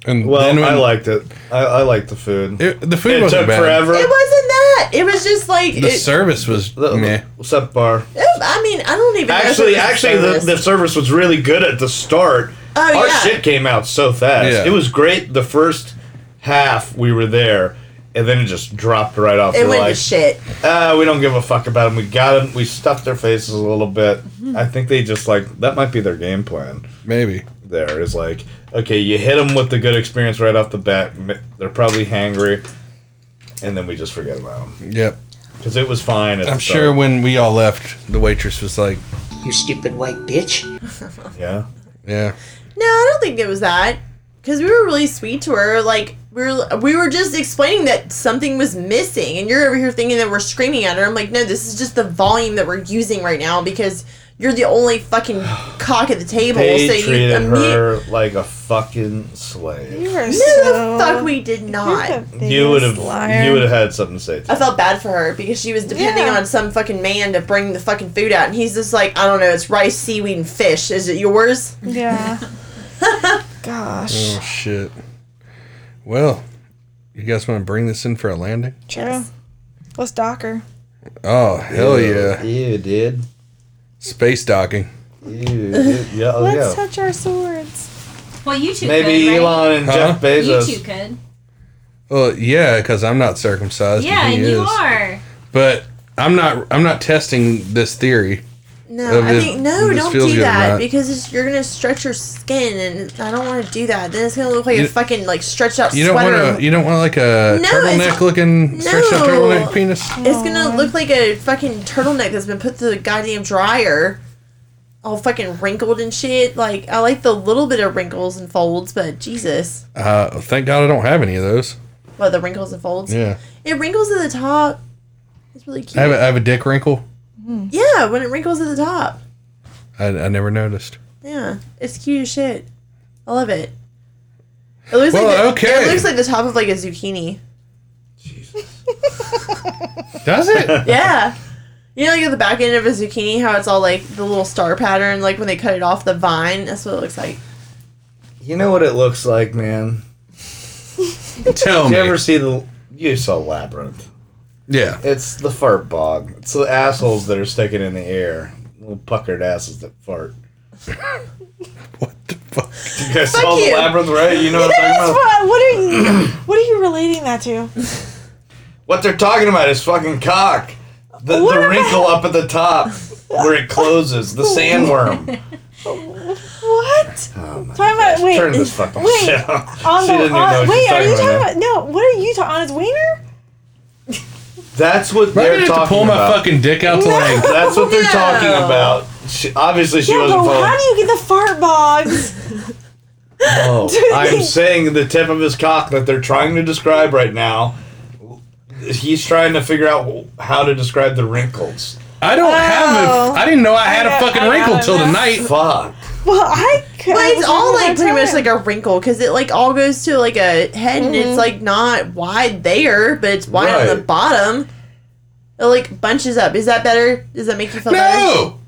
Speaker 5: And
Speaker 3: Well,
Speaker 5: then when-
Speaker 3: I liked it. I, I liked the food. It,
Speaker 5: it. The food
Speaker 3: took
Speaker 5: wasn't bad.
Speaker 3: forever.
Speaker 2: It wasn't that. It was just like,
Speaker 5: The
Speaker 2: it,
Speaker 5: service was
Speaker 3: The- the-
Speaker 5: meh.
Speaker 3: subpar.
Speaker 2: I mean, I don't even. know if it
Speaker 3: Actually,
Speaker 2: was a
Speaker 3: actually, the,
Speaker 2: service.
Speaker 3: the service was really good at the start.
Speaker 2: Oh,
Speaker 3: Our
Speaker 2: yeah.
Speaker 3: shit came out so fast.
Speaker 5: Yeah.
Speaker 3: It was great the first half we were there, and then it just dropped right off.
Speaker 2: It
Speaker 3: We're
Speaker 2: went
Speaker 3: like,
Speaker 2: to shit.
Speaker 3: Ah, we don't give a fuck about them. We got them. We stuffed their faces a little bit. I think they just like that might be their game plan.
Speaker 5: Maybe.
Speaker 3: There is like, okay, you hit them with the good experience right off the bat. M- They're probably hangry, and then we just forget about them
Speaker 5: Yep.
Speaker 3: because it was fine. At
Speaker 5: I'm
Speaker 3: the
Speaker 5: sure
Speaker 3: start.
Speaker 5: when we all left, the waitress was like,
Speaker 9: You stupid white bitch.
Speaker 3: Yeah.
Speaker 5: "Yeah,
Speaker 2: No, I don't think it was that. Because we were really sweet to her. Like we were, we were just explaining that something was missing, and you're over here thinking that we're screaming at her. I'm like, no, this is just the volume that we're using right now because you're the only
Speaker 3: [SIGHS]
Speaker 2: fucking cock at the table.
Speaker 3: They
Speaker 2: so you
Speaker 3: treated
Speaker 2: immediately.
Speaker 3: her like a fucking slave.
Speaker 4: You were so.
Speaker 2: No, the fuck, we did not.
Speaker 4: You're the
Speaker 3: Mm. You would have.
Speaker 4: biggest liar.
Speaker 3: You would have had something to say. To
Speaker 2: I felt bad for her because she was depending
Speaker 4: Yeah.
Speaker 2: on some fucking man to bring the fucking food out, and he's just like, I don't know, it's rice, seaweed, and fish. Is it yours?
Speaker 4: Yeah. Gosh.
Speaker 3: Mm.
Speaker 5: oh shit." Well, you guys want to bring this in for a landing?
Speaker 4: True. Let's dock her.
Speaker 5: Oh hell yeah,
Speaker 3: Ew, dude.
Speaker 5: space docking.
Speaker 3: Ew, dude. Yeah, oh,
Speaker 4: Let's
Speaker 3: yeah.
Speaker 4: touch our swords.
Speaker 1: Well, you two
Speaker 3: Maybe
Speaker 1: could, right?
Speaker 3: Elon and
Speaker 5: Huh?
Speaker 3: Jeff Bezos.
Speaker 1: You two could.
Speaker 5: Well, yeah, because I'm not circumcised. but
Speaker 1: Yeah,
Speaker 5: he
Speaker 1: and you
Speaker 5: is.
Speaker 1: are.
Speaker 5: But I'm not. I'm not testing this theory.
Speaker 2: No,
Speaker 5: If
Speaker 2: I
Speaker 5: it-
Speaker 2: think no.
Speaker 5: if it
Speaker 2: Don't
Speaker 5: feels
Speaker 2: do
Speaker 5: good or
Speaker 2: that
Speaker 5: not.
Speaker 2: because it's, you're gonna stretch your skin, and I don't want to do that. Then it's gonna look like
Speaker 5: You-
Speaker 2: a fucking like stretched out
Speaker 5: You don't
Speaker 2: sweater.
Speaker 5: want to. You don't want like a
Speaker 2: No,
Speaker 5: turtleneck
Speaker 2: it's-
Speaker 5: looking stretched out
Speaker 2: No.
Speaker 5: turtleneck penis.
Speaker 2: it's gonna look like a fucking turtleneck that's been put through the goddamn dryer, all fucking wrinkled and shit. Like I like the little bit of wrinkles and folds, but Jesus,
Speaker 5: Uh, thank God I don't have any of those.
Speaker 2: what the wrinkles and folds?
Speaker 5: Yeah,
Speaker 2: It wrinkles at the top. It's really
Speaker 5: I
Speaker 2: cute.
Speaker 5: have. A, I have a dick wrinkle.
Speaker 2: yeah, when it wrinkles at the top.
Speaker 5: I, I never noticed.
Speaker 2: Yeah, it's cute as shit. I love it. It looks
Speaker 5: Well,
Speaker 2: like the,
Speaker 5: okay.
Speaker 2: It looks like the top of like a zucchini.
Speaker 5: Does it?
Speaker 2: Yeah. [LAUGHS] You know, like at the back end of a zucchini, how it's all like the little star pattern, like when they cut it off the vine. That's what it looks like.
Speaker 3: You know what it looks like, man.
Speaker 5: [LAUGHS] Tell
Speaker 3: Did
Speaker 5: me.
Speaker 3: you ever see the? You saw Labyrinth.
Speaker 5: yeah.
Speaker 3: It's the fart bog. It's the assholes that are sticking in the air. Little puckered asses that fart.
Speaker 5: What the fuck?
Speaker 3: You guys saw the
Speaker 2: you.
Speaker 3: Labyrinth, right? You know what I'm talking about.
Speaker 4: That's Uh, what, what are you? What are you relating that to?
Speaker 3: What they're talking about is fucking cock. The, the wrinkle up at the top where it closes. The sandworm.
Speaker 4: What?
Speaker 3: Oh my
Speaker 4: Talking about wait
Speaker 3: Turn this fucking
Speaker 4: wait,
Speaker 3: shit off.
Speaker 4: on
Speaker 3: she
Speaker 4: the
Speaker 3: didn't even know
Speaker 4: on,
Speaker 3: what
Speaker 4: wait.
Speaker 3: she
Speaker 4: Are you
Speaker 3: was
Speaker 4: talking
Speaker 3: about.
Speaker 4: about no? What are you talking on his wiener?
Speaker 3: That's what
Speaker 5: I'm
Speaker 3: they're
Speaker 5: gonna have to
Speaker 3: talking
Speaker 5: pull my
Speaker 3: about.
Speaker 5: fucking dick out to like.
Speaker 3: That's what they're
Speaker 2: No.
Speaker 3: talking about. She, obviously, she
Speaker 4: Yeah,
Speaker 3: wasn't
Speaker 4: but how
Speaker 3: following.
Speaker 4: do you get the fart bogs?
Speaker 3: Oh, I'm saying the tip of his cock that they're trying to describe right now. He's trying to figure out how to describe the wrinkles.
Speaker 5: I don't have
Speaker 4: Oh.
Speaker 5: a. I didn't know I had
Speaker 4: I got-
Speaker 5: a fucking
Speaker 4: I got
Speaker 5: wrinkle
Speaker 4: it
Speaker 5: till
Speaker 4: now.
Speaker 5: tonight.
Speaker 3: Fuck.
Speaker 4: [LAUGHS] well, I. could-
Speaker 2: But
Speaker 4: I was
Speaker 2: it's all
Speaker 4: having a
Speaker 2: like pretty
Speaker 4: hard
Speaker 2: much
Speaker 4: time.
Speaker 2: like a wrinkle because it like all goes to like a head and
Speaker 4: Mm-hmm.
Speaker 2: it's like not wide there, but it's wide on the
Speaker 3: Right.
Speaker 2: bottom. It like bunches up. Is that better? Does that make you feel better?
Speaker 5: No.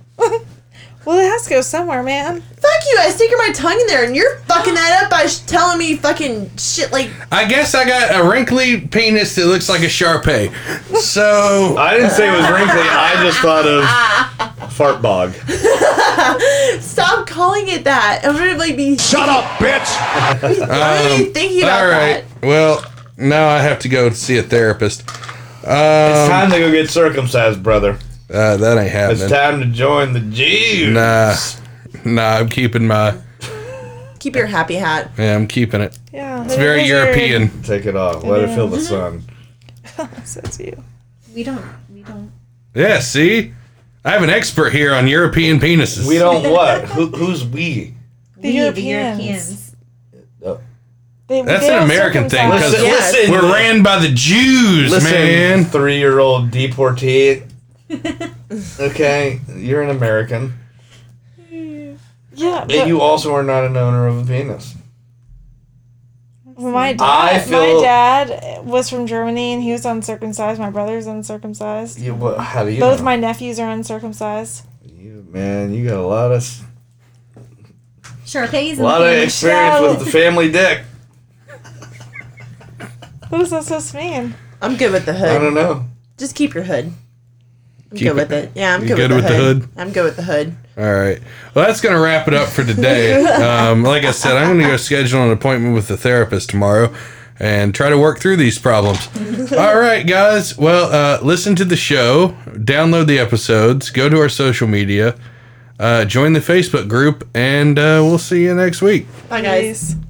Speaker 4: Well, it has to go somewhere, man.
Speaker 2: Fuck you! I sticking my tongue in there and you're fucking that up by sh- telling me fucking shit like
Speaker 5: I guess I got a wrinkly penis that looks like a Sharpei. So
Speaker 3: I didn't say it was wrinkly. I just thought of fart bog.
Speaker 2: stop calling it that. I'm gonna like be.
Speaker 8: Shut up, bitch!
Speaker 2: I'm gonna be thinking about
Speaker 5: um, all right.
Speaker 2: that.
Speaker 5: Well, now I have to go see a therapist.
Speaker 3: It's
Speaker 5: Um,
Speaker 3: time to go get circumcised, brother.
Speaker 5: uh, that ain't
Speaker 3: It's
Speaker 5: happening.
Speaker 3: time to join the Jews.
Speaker 5: Nah, nah. I'm keeping my.
Speaker 2: Keep your happy hat.
Speaker 5: Yeah, I'm keeping it.
Speaker 4: Yeah,
Speaker 5: It's very European.
Speaker 3: Take it off. Let it feel the sun.
Speaker 4: Says you.
Speaker 1: We don't. We don't.
Speaker 5: Yeah. See, I have an expert here on European penises.
Speaker 3: We don't what? Who, who's we?
Speaker 4: The
Speaker 1: we,
Speaker 4: Europeans.
Speaker 1: The Europeans.
Speaker 3: Oh.
Speaker 4: They,
Speaker 5: That's
Speaker 4: they
Speaker 5: an
Speaker 4: don't
Speaker 5: American thing,
Speaker 4: circumcise.
Speaker 5: 'cause-
Speaker 2: Yes.
Speaker 3: listen.
Speaker 5: We're ran by the Jews,
Speaker 3: Listen,
Speaker 5: man.
Speaker 3: three-year-old deportee. okay, you're an American.
Speaker 4: Yeah, but
Speaker 3: And you also are not an owner of a penis.
Speaker 4: my
Speaker 3: I
Speaker 4: dad,
Speaker 3: feel-
Speaker 4: my dad was from Germany and he was uncircumcised. My brother's uncircumcised.
Speaker 3: You, what, how do you?
Speaker 4: Both
Speaker 3: know?
Speaker 4: my nephews are uncircumcised.
Speaker 3: You, man, you got a lot of s-
Speaker 1: Sharpay's
Speaker 3: a lot of experience
Speaker 4: No.
Speaker 3: with the family dick.
Speaker 4: What is that supposed to mean?
Speaker 2: I'm good with the
Speaker 3: I
Speaker 2: hood.
Speaker 3: don't know.
Speaker 2: Just keep your hood. I'm
Speaker 5: Keep
Speaker 2: good with it. Yeah, I'm
Speaker 5: You
Speaker 2: good,
Speaker 5: good
Speaker 2: with,
Speaker 5: with
Speaker 2: the,
Speaker 5: the
Speaker 2: hood.
Speaker 5: hood?
Speaker 2: I'm good with the hood.
Speaker 5: All right. Well, that's going to wrap it up for today. um, like I said, I'm going to go schedule an appointment with the therapist tomorrow and try to work through these problems. All right, guys. Well, uh, listen to the show, download the episodes, go to our social media, uh, join the Facebook group, and uh, we'll see you next week.
Speaker 2: Bye guys.
Speaker 4: Jeez.